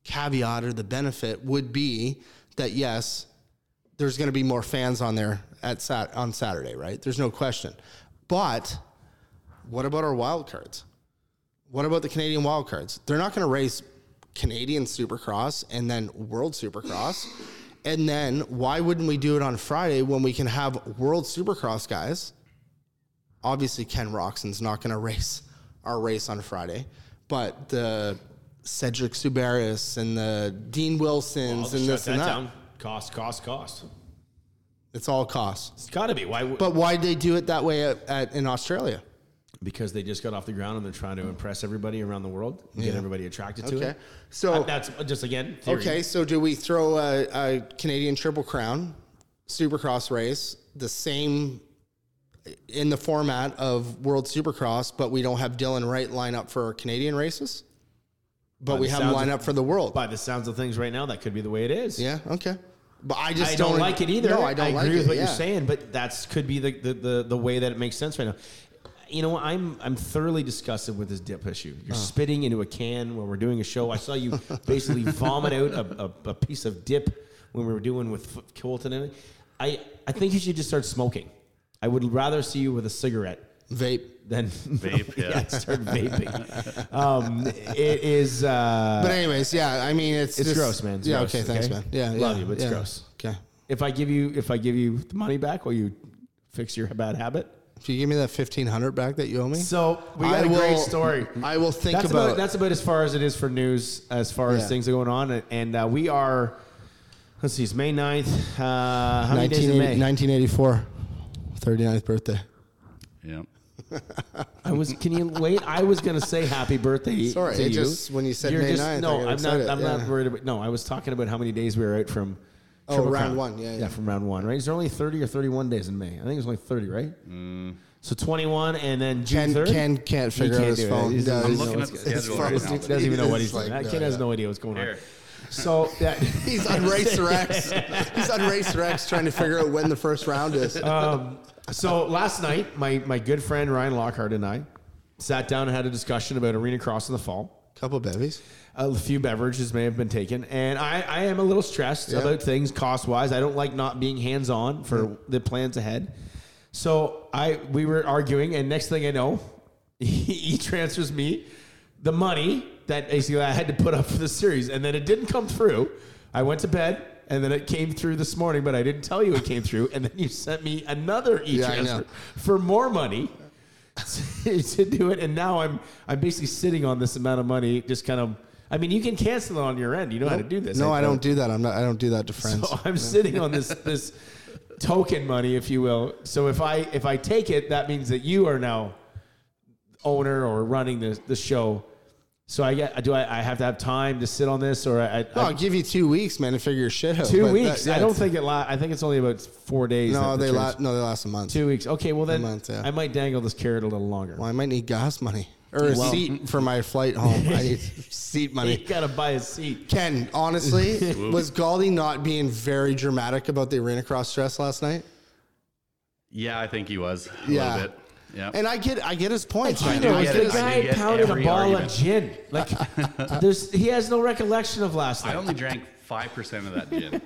[SPEAKER 5] caveat or the benefit would be that yes, there's going to be more fans on there at sat on Saturday, right? There's no question. But what about our wild cards? What about the Canadian wild cards? They're not going to race Canadian Supercross and then World Supercross. And then why wouldn't we do it on Friday when we can have World Supercross guys? Obviously, Ken Roxon's not going to race our race on Friday, but the Cedric Subaris and the Dean Wilsons
[SPEAKER 1] I'll shut
[SPEAKER 5] and this
[SPEAKER 1] that
[SPEAKER 5] and that.
[SPEAKER 1] down. Cost, cost, cost.
[SPEAKER 5] It's all costs.
[SPEAKER 1] It's got to be. Why? would-
[SPEAKER 5] But why'd they do it that way at, at, in Australia?
[SPEAKER 1] because they just got off the ground and they're trying to impress everybody around the world, and get
[SPEAKER 5] Yeah.
[SPEAKER 1] everybody attracted to
[SPEAKER 5] Okay.
[SPEAKER 1] it.
[SPEAKER 5] So-
[SPEAKER 1] Uh, that's just again. Theory.
[SPEAKER 5] Okay, so do we throw a, a Canadian Triple Crown Supercross race the same eh, in the format of World Supercross, but we don't have Dylan Wright line up for our Canadian races, but
[SPEAKER 1] By
[SPEAKER 5] we
[SPEAKER 1] the
[SPEAKER 5] have him
[SPEAKER 1] sounds
[SPEAKER 5] line
[SPEAKER 1] of-
[SPEAKER 5] up for the world?
[SPEAKER 1] By the sounds of things right now, that could be the way it is.
[SPEAKER 5] yeah, okay. But I just
[SPEAKER 1] I don't, like it either.
[SPEAKER 5] No, I don't
[SPEAKER 1] agree
[SPEAKER 5] like
[SPEAKER 1] with
[SPEAKER 5] it,
[SPEAKER 1] what you're
[SPEAKER 5] yeah.
[SPEAKER 1] saying, but that's could be the, the, the, the way that it makes sense right now. You know, I'm I'm thoroughly disgusted with this dip issue. You're spitting into a can when we're doing a show. I saw you basically vomit out a, a, a piece of dip when we were doing with F- Colton. And everything. I I think you should just start smoking. I would rather see you with a cigarette
[SPEAKER 5] Vape.
[SPEAKER 1] then
[SPEAKER 13] Vape, yeah.
[SPEAKER 1] start vaping. Um, it is, uh,
[SPEAKER 5] But anyways, yeah, I mean it's
[SPEAKER 1] It's
[SPEAKER 5] just-
[SPEAKER 1] gross, man. It's
[SPEAKER 5] yeah,
[SPEAKER 1] gross,
[SPEAKER 5] okay, thanks,
[SPEAKER 1] okay?
[SPEAKER 5] man. Yeah,
[SPEAKER 1] Love
[SPEAKER 5] yeah,
[SPEAKER 1] you, but it's
[SPEAKER 5] yeah.
[SPEAKER 1] gross.
[SPEAKER 5] Okay,
[SPEAKER 1] if I give you if I give you the money back, will you fix your bad habit?
[SPEAKER 5] if you give me that fifteen hundred back that you owe me,
[SPEAKER 1] So we
[SPEAKER 5] I
[SPEAKER 1] got a great
[SPEAKER 5] will-
[SPEAKER 1] story.
[SPEAKER 5] I will think
[SPEAKER 1] that's
[SPEAKER 5] about,
[SPEAKER 1] that's about as far as it is for news, as far as
[SPEAKER 5] Yeah.
[SPEAKER 1] things are going on, and uh, we are. Let's see, it's May 9th. Uh, how many days in May?
[SPEAKER 5] 1984, 39th birthday.
[SPEAKER 13] Yeah.
[SPEAKER 1] I was. Can you wait? I was gonna say happy birthday.
[SPEAKER 5] Sorry,
[SPEAKER 1] to
[SPEAKER 5] it
[SPEAKER 1] you.
[SPEAKER 5] just- when you said
[SPEAKER 1] You're
[SPEAKER 5] May
[SPEAKER 1] just,
[SPEAKER 5] 9th, I
[SPEAKER 1] no,
[SPEAKER 5] got
[SPEAKER 1] I'm not.
[SPEAKER 5] excited,
[SPEAKER 1] I'm
[SPEAKER 5] yeah.
[SPEAKER 1] not worried about. No, I was talking about how many days we were out from.
[SPEAKER 5] Oh,
[SPEAKER 1] Triple
[SPEAKER 5] round
[SPEAKER 1] Crown.
[SPEAKER 5] one, yeah, yeah.
[SPEAKER 1] yeah, from round one, right? Is there only thirty or thirty-one days in May? I think it's only thirty, right? Mm. So twenty-one, and then June
[SPEAKER 5] Ken,
[SPEAKER 1] third.
[SPEAKER 5] Ken can't
[SPEAKER 1] He
[SPEAKER 5] figure out
[SPEAKER 1] can't
[SPEAKER 5] his
[SPEAKER 1] do it.
[SPEAKER 5] phone.
[SPEAKER 1] He's-
[SPEAKER 5] No,
[SPEAKER 1] he's-
[SPEAKER 5] he's-
[SPEAKER 1] no,
[SPEAKER 6] looking
[SPEAKER 1] it's-
[SPEAKER 6] at the
[SPEAKER 1] it's-
[SPEAKER 6] schedule right
[SPEAKER 1] it's-
[SPEAKER 6] now.
[SPEAKER 1] He doesn't even know what he's
[SPEAKER 5] He's
[SPEAKER 1] doing.
[SPEAKER 5] like,
[SPEAKER 1] That
[SPEAKER 5] no,
[SPEAKER 1] kid
[SPEAKER 5] yeah.
[SPEAKER 1] has no idea what's going on.
[SPEAKER 6] Here.
[SPEAKER 1] So yeah,
[SPEAKER 5] He's on race Rex. He's on race Rex trying to figure out when the first round is.
[SPEAKER 1] Uh, So last night, my, my good friend Ryan Lockhart and I sat down and had a discussion about Arena Cross in the fall.
[SPEAKER 5] couple bevies.
[SPEAKER 1] A few beverages may have been taken, and I, I am a little stressed
[SPEAKER 5] Yeah.
[SPEAKER 1] about things cost wise. I don't like not being hands on for the plans ahead. So I we were arguing, and next thing I know, he, he transfers me the money that basically I had to put up for the series, and then it didn't come through. I went to bed. And then it came through this morning, but I didn't tell you it came through. And then you sent me another e
[SPEAKER 5] Yeah, I
[SPEAKER 1] transfer
[SPEAKER 5] know.
[SPEAKER 1] for more money to do it. And now I'm I'm basically sitting on this amount of money, just kind of. I mean, you can cancel it on your end. You know how to do this.
[SPEAKER 5] No, I
[SPEAKER 1] thought.
[SPEAKER 5] don't do that. I'm not. I don't do that to friends.
[SPEAKER 1] So I'm sitting on this this token money, if you will. So if I if I take it, that means that you are now owner or running the the show. So I get do I, I have to have time to sit on this or I, I
[SPEAKER 5] No, I'll give you two weeks, man, to figure your shit out.
[SPEAKER 1] two
[SPEAKER 5] Oh, but
[SPEAKER 1] weeks?
[SPEAKER 5] that- yeah,
[SPEAKER 1] I don't
[SPEAKER 5] it's-
[SPEAKER 1] think it lasts. I think it's only about four days.
[SPEAKER 5] No,
[SPEAKER 1] that the
[SPEAKER 5] they
[SPEAKER 1] trans-
[SPEAKER 5] last. No, they last a month.
[SPEAKER 1] two weeks. Okay, well then
[SPEAKER 5] month, yeah.
[SPEAKER 1] I might dangle this carrot a little longer.
[SPEAKER 5] Well, I might need gas money or a seat for my flight home. I need seat
[SPEAKER 1] You
[SPEAKER 5] money.
[SPEAKER 1] gotta buy a seat.
[SPEAKER 5] Ken, honestly, was Galdi not being very dramatic about the arena cross stress last night?
[SPEAKER 6] Yeah, I think he was a
[SPEAKER 5] Yeah.
[SPEAKER 6] little bit. Yeah.
[SPEAKER 5] And I get, I get his points.
[SPEAKER 1] You
[SPEAKER 6] I
[SPEAKER 5] man.
[SPEAKER 1] know,
[SPEAKER 6] do
[SPEAKER 1] if
[SPEAKER 6] get
[SPEAKER 1] the
[SPEAKER 6] it. I
[SPEAKER 1] guy
[SPEAKER 6] do get
[SPEAKER 1] pounded a
[SPEAKER 6] every
[SPEAKER 1] ball
[SPEAKER 6] argument.
[SPEAKER 1] of gin. Like, there's he has no recollection of last
[SPEAKER 6] I
[SPEAKER 1] night.
[SPEAKER 6] only drank 5% of that gin.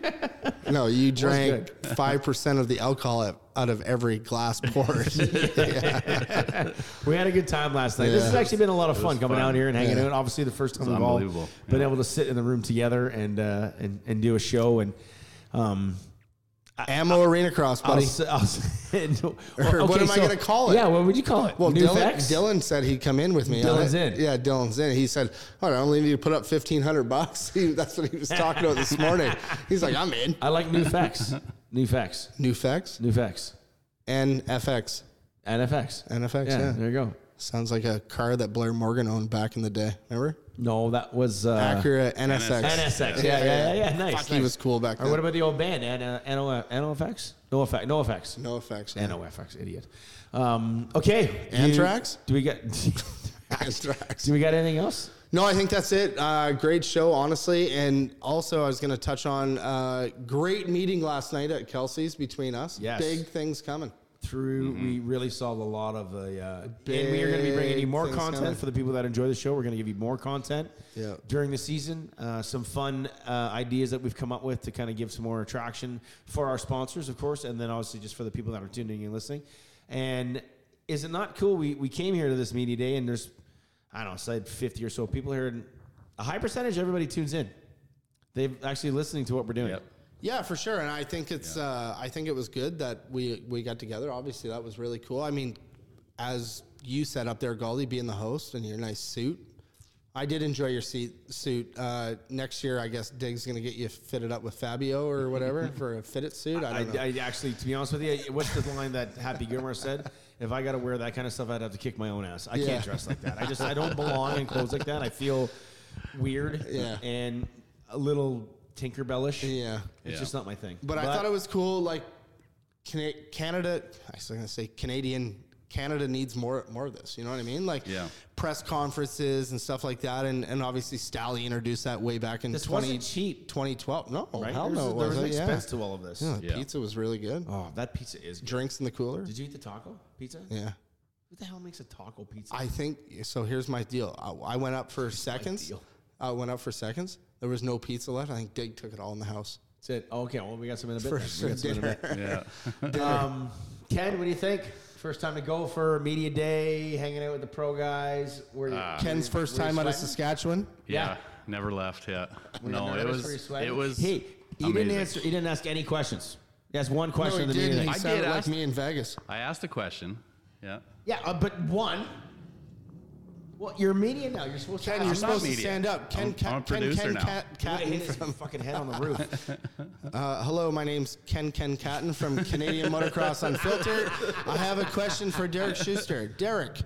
[SPEAKER 5] No, you drank five percent of the alcohol out- out of every glass poured.
[SPEAKER 1] We had a good time last night. This has
[SPEAKER 5] Yeah.
[SPEAKER 1] actually been a lot of fun coming
[SPEAKER 6] fun.
[SPEAKER 1] out here and hanging
[SPEAKER 5] Yeah.
[SPEAKER 1] out. Obviously, the first time we've all
[SPEAKER 6] unbelievable.
[SPEAKER 1] been able to sit in the room together and uh, and, and do a show. And um,
[SPEAKER 5] Ammo arena cross,
[SPEAKER 1] I'll,
[SPEAKER 5] buddy.
[SPEAKER 1] s- I'll s- no.
[SPEAKER 5] Or what am I gonna call it?
[SPEAKER 1] Yeah, what would you call it?
[SPEAKER 5] Well,
[SPEAKER 1] New
[SPEAKER 5] Dylan,
[SPEAKER 1] Vex?
[SPEAKER 5] Dylan said he'd come in with me.
[SPEAKER 1] Dylan's
[SPEAKER 5] I-
[SPEAKER 1] in.
[SPEAKER 5] Yeah, Dylan's in. He said, "Oh, I only need to put up fifteen hundred bucks." He, that's what he was talking about this morning. He's like, "I'm in."
[SPEAKER 1] I like new facts. new facts.
[SPEAKER 5] New facts
[SPEAKER 1] New facts.
[SPEAKER 5] and FX.
[SPEAKER 1] NFX.
[SPEAKER 5] NFX,
[SPEAKER 1] Yeah,
[SPEAKER 5] yeah.
[SPEAKER 1] there you go.
[SPEAKER 5] Sounds like a car that Blair Morgan owned back in the day. Remember?
[SPEAKER 1] No, that was uh,
[SPEAKER 5] Acura NSX.
[SPEAKER 1] NSX. Yeah, yeah, yeah. yeah, Nice.
[SPEAKER 5] Fuck, he
[SPEAKER 1] nice.
[SPEAKER 5] was cool back
[SPEAKER 1] Or
[SPEAKER 5] then.
[SPEAKER 1] what about the old band? N- uh, NO NOFX? No effect. No effects.
[SPEAKER 5] no effects.
[SPEAKER 1] And NOFX, idiot. Um, okay.
[SPEAKER 5] Anthrax?
[SPEAKER 1] Do, do we get
[SPEAKER 5] Anthrax.
[SPEAKER 1] do we got anything else?
[SPEAKER 5] No, I think that's it. Uh, great show, honestly. And also, I was going to touch on uh, great meeting last night at Kelsey's between us.
[SPEAKER 1] Yes.
[SPEAKER 5] Big things coming.
[SPEAKER 1] Through we really solved a lot of the, uh, Mm-hmm. and we are going to be bringing you
[SPEAKER 5] Big
[SPEAKER 1] more
[SPEAKER 5] things
[SPEAKER 1] content
[SPEAKER 5] coming.
[SPEAKER 1] for the people that enjoy the show. We're going to give you more content
[SPEAKER 5] Yeah.
[SPEAKER 1] during the season. Uh, some fun uh, ideas that we've come up with to kind of give some more attraction for our sponsors, of course, and then obviously just for the people that are tuning and listening. And is it not cool? We we came here to this media day, and there's I don't know, said fifty or so people here, and a high percentage everybody tunes in. They've actually listening to what we're doing.
[SPEAKER 6] Yep.
[SPEAKER 5] Yeah, for sure. And I think it's uh, I think it was good that we we got together. Obviously, that was really cool. I mean, as you said up there, Galdi being the host and your nice suit. I did enjoy your seat, suit. Uh, next year, I guess Dig's going to get you fitted up with Fabio or whatever for a fitted suit. I
[SPEAKER 1] I,
[SPEAKER 5] don't know.
[SPEAKER 1] I actually, to be honest with you, what's the line that Happy Gilmore said? If I got to wear that kind of stuff, I'd have to kick my own ass. I
[SPEAKER 5] Yeah.
[SPEAKER 1] can't dress like that. I just I don't belong in clothes like that. I feel weird
[SPEAKER 5] Yeah.
[SPEAKER 1] and a little Tinkerbellish.
[SPEAKER 5] yeah.
[SPEAKER 1] It's
[SPEAKER 6] Yeah.
[SPEAKER 1] just not my thing.
[SPEAKER 5] But, I thought it was cool. Like Cana- Canada, I was going to say Canadian. Canada needs more more of this. You know what I mean? Like
[SPEAKER 6] Yeah.
[SPEAKER 5] press conferences and stuff like that. And, and obviously Stally introduced that way back in
[SPEAKER 1] This
[SPEAKER 5] 20,
[SPEAKER 1] wasn't cheap,
[SPEAKER 5] 2012. No,
[SPEAKER 1] right?
[SPEAKER 5] Oh,
[SPEAKER 1] There
[SPEAKER 5] hell
[SPEAKER 1] was-
[SPEAKER 5] no, it
[SPEAKER 1] there was an
[SPEAKER 5] wasn't. Yeah.
[SPEAKER 1] expense to all of this.
[SPEAKER 5] Yeah, the
[SPEAKER 6] Yeah.
[SPEAKER 5] Pizza was really good.
[SPEAKER 1] Oh, that pizza is. Good.
[SPEAKER 5] Drinks in the cooler.
[SPEAKER 1] Did you eat the taco pizza?
[SPEAKER 5] Yeah.
[SPEAKER 1] Who the hell makes a taco pizza?
[SPEAKER 5] I think so. Here's my deal. I, I went up for seconds.
[SPEAKER 1] deal.
[SPEAKER 5] I went up for seconds. There was no pizza left. I think Dig took it all in the house.
[SPEAKER 1] That's it. Oh, okay, well we got some in a bit.
[SPEAKER 5] For
[SPEAKER 1] then. we got some in a
[SPEAKER 5] dinner.
[SPEAKER 1] bit.
[SPEAKER 6] Yeah.
[SPEAKER 1] Um, Ken, what do you think? First time to go for media day, hanging out with the pro guys. Were you-
[SPEAKER 5] Uh,
[SPEAKER 6] Ah.
[SPEAKER 5] Ken's first
[SPEAKER 1] were you
[SPEAKER 5] time out of
[SPEAKER 1] sweating?
[SPEAKER 5] Saskatchewan.
[SPEAKER 6] Yeah. Never left. Yeah.
[SPEAKER 1] Were you
[SPEAKER 6] No, it
[SPEAKER 1] nervous? Were you
[SPEAKER 6] was.
[SPEAKER 1] sweating?
[SPEAKER 6] It was.
[SPEAKER 1] Hey, he didn't
[SPEAKER 6] amazing.
[SPEAKER 1] answer. He didn't ask any questions. He asked one
[SPEAKER 5] No,
[SPEAKER 1] question.
[SPEAKER 5] he
[SPEAKER 1] in the
[SPEAKER 5] didn't.
[SPEAKER 1] meeting.
[SPEAKER 5] He
[SPEAKER 6] I
[SPEAKER 5] sounded
[SPEAKER 6] did
[SPEAKER 5] like
[SPEAKER 6] ask-
[SPEAKER 5] me in Vegas.
[SPEAKER 6] I asked a question. Yeah.
[SPEAKER 1] Yeah, uh, but one. Well, you're a media now. You're supposed
[SPEAKER 5] Ken,
[SPEAKER 1] to.
[SPEAKER 5] you're
[SPEAKER 1] ask-
[SPEAKER 5] supposed to
[SPEAKER 6] media.
[SPEAKER 5] stand up. Ken,
[SPEAKER 6] I'm-
[SPEAKER 5] Ken,
[SPEAKER 6] I'm a
[SPEAKER 5] Ken,
[SPEAKER 6] producer
[SPEAKER 5] Ken,
[SPEAKER 6] now.
[SPEAKER 1] You
[SPEAKER 5] Cat,
[SPEAKER 1] would've hit
[SPEAKER 5] Catton
[SPEAKER 1] his
[SPEAKER 5] from-
[SPEAKER 1] fucking head on the roof.
[SPEAKER 5] Uh, hello, my name's Ken Ken Catton from Canadian Motocross Unfiltered. I have a question for Derek Schuster. Derek,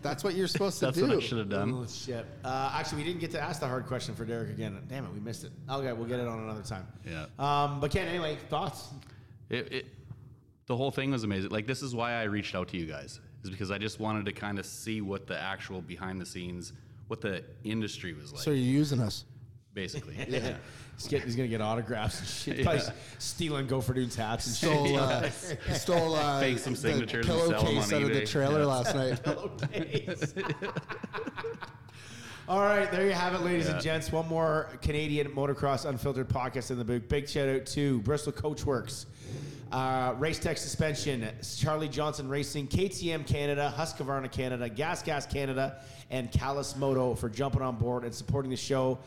[SPEAKER 5] that's what you're supposed to
[SPEAKER 13] That's
[SPEAKER 5] do.
[SPEAKER 13] what I should have done.
[SPEAKER 1] oh shit! Uh, actually, we didn't get to ask the hard question for Derek again. Damn it, we missed it. Okay, we'll get it on another time.
[SPEAKER 6] Yeah.
[SPEAKER 1] Um, but Ken, anyway, thoughts?
[SPEAKER 6] it, it the whole thing was amazing like this is why i reached out to you guys is because i just wanted to kind of see what the actual behind the scenes what the industry was like
[SPEAKER 5] so you're using us.
[SPEAKER 6] basically
[SPEAKER 1] He's, getting, he's gonna get autographs and shit. Probably s- stealing Gopher Dude's hats and shit.
[SPEAKER 5] Stole, uh, stole uh,
[SPEAKER 6] Fake some
[SPEAKER 5] the
[SPEAKER 6] signatures and sell 'em
[SPEAKER 5] pillowcase
[SPEAKER 6] on
[SPEAKER 5] out of the
[SPEAKER 6] eBay.
[SPEAKER 5] trailer
[SPEAKER 6] Yeah.
[SPEAKER 5] last night.
[SPEAKER 1] Pillowcase. All right, there you have it, ladies and
[SPEAKER 6] Yeah.
[SPEAKER 1] gents. One more Canadian motocross unfiltered podcast in the boot. Big shout out to Bristol Coachworks, uh, Race Tech Suspension, Charlie Johnson Racing, KTM Canada, Husqvarna Canada, Gas Gas Canada, and Callus Moto for jumping on board and supporting the show.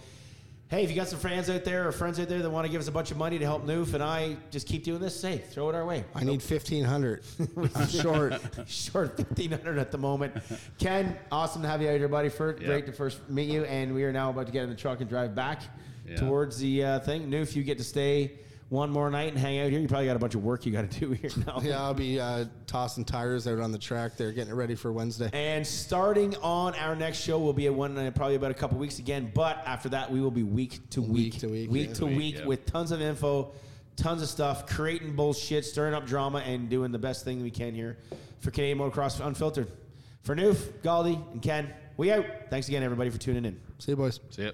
[SPEAKER 1] Hey, if you got some fans out there or friends out there that want to give us a bunch of money to help Noof and I just keep doing this, hey, throw it our way.
[SPEAKER 5] I need 1500 I'm short.
[SPEAKER 1] short fifteen hundred at the moment. Ken, awesome to have you out here, buddy. First,
[SPEAKER 6] Yeah.
[SPEAKER 1] Great to first meet you, and we are now about to get in the truck and drive back
[SPEAKER 6] Yeah.
[SPEAKER 1] towards the uh, thing. New, if you get to stay one more night and hang out here, you probably got a bunch of work you got to do here now.
[SPEAKER 5] Yeah, I'll be uh, tossing tires out on the track there, getting it ready for Wednesday.
[SPEAKER 1] And starting on our next show will be a one uh, probably about a couple weeks again. But after that, we will be week to week,
[SPEAKER 5] Week to week,
[SPEAKER 1] week
[SPEAKER 5] yeah.
[SPEAKER 1] to
[SPEAKER 6] Week,
[SPEAKER 1] week
[SPEAKER 6] yeah.
[SPEAKER 1] with tons of info, tons of stuff, creating bullshit, stirring up drama, and doing the best thing we can here for Canadian Motocross Unfiltered. For Noof, Galdi, and Ken, we out. Thanks again, everybody, for tuning in.
[SPEAKER 5] See you, boys.
[SPEAKER 6] so, yep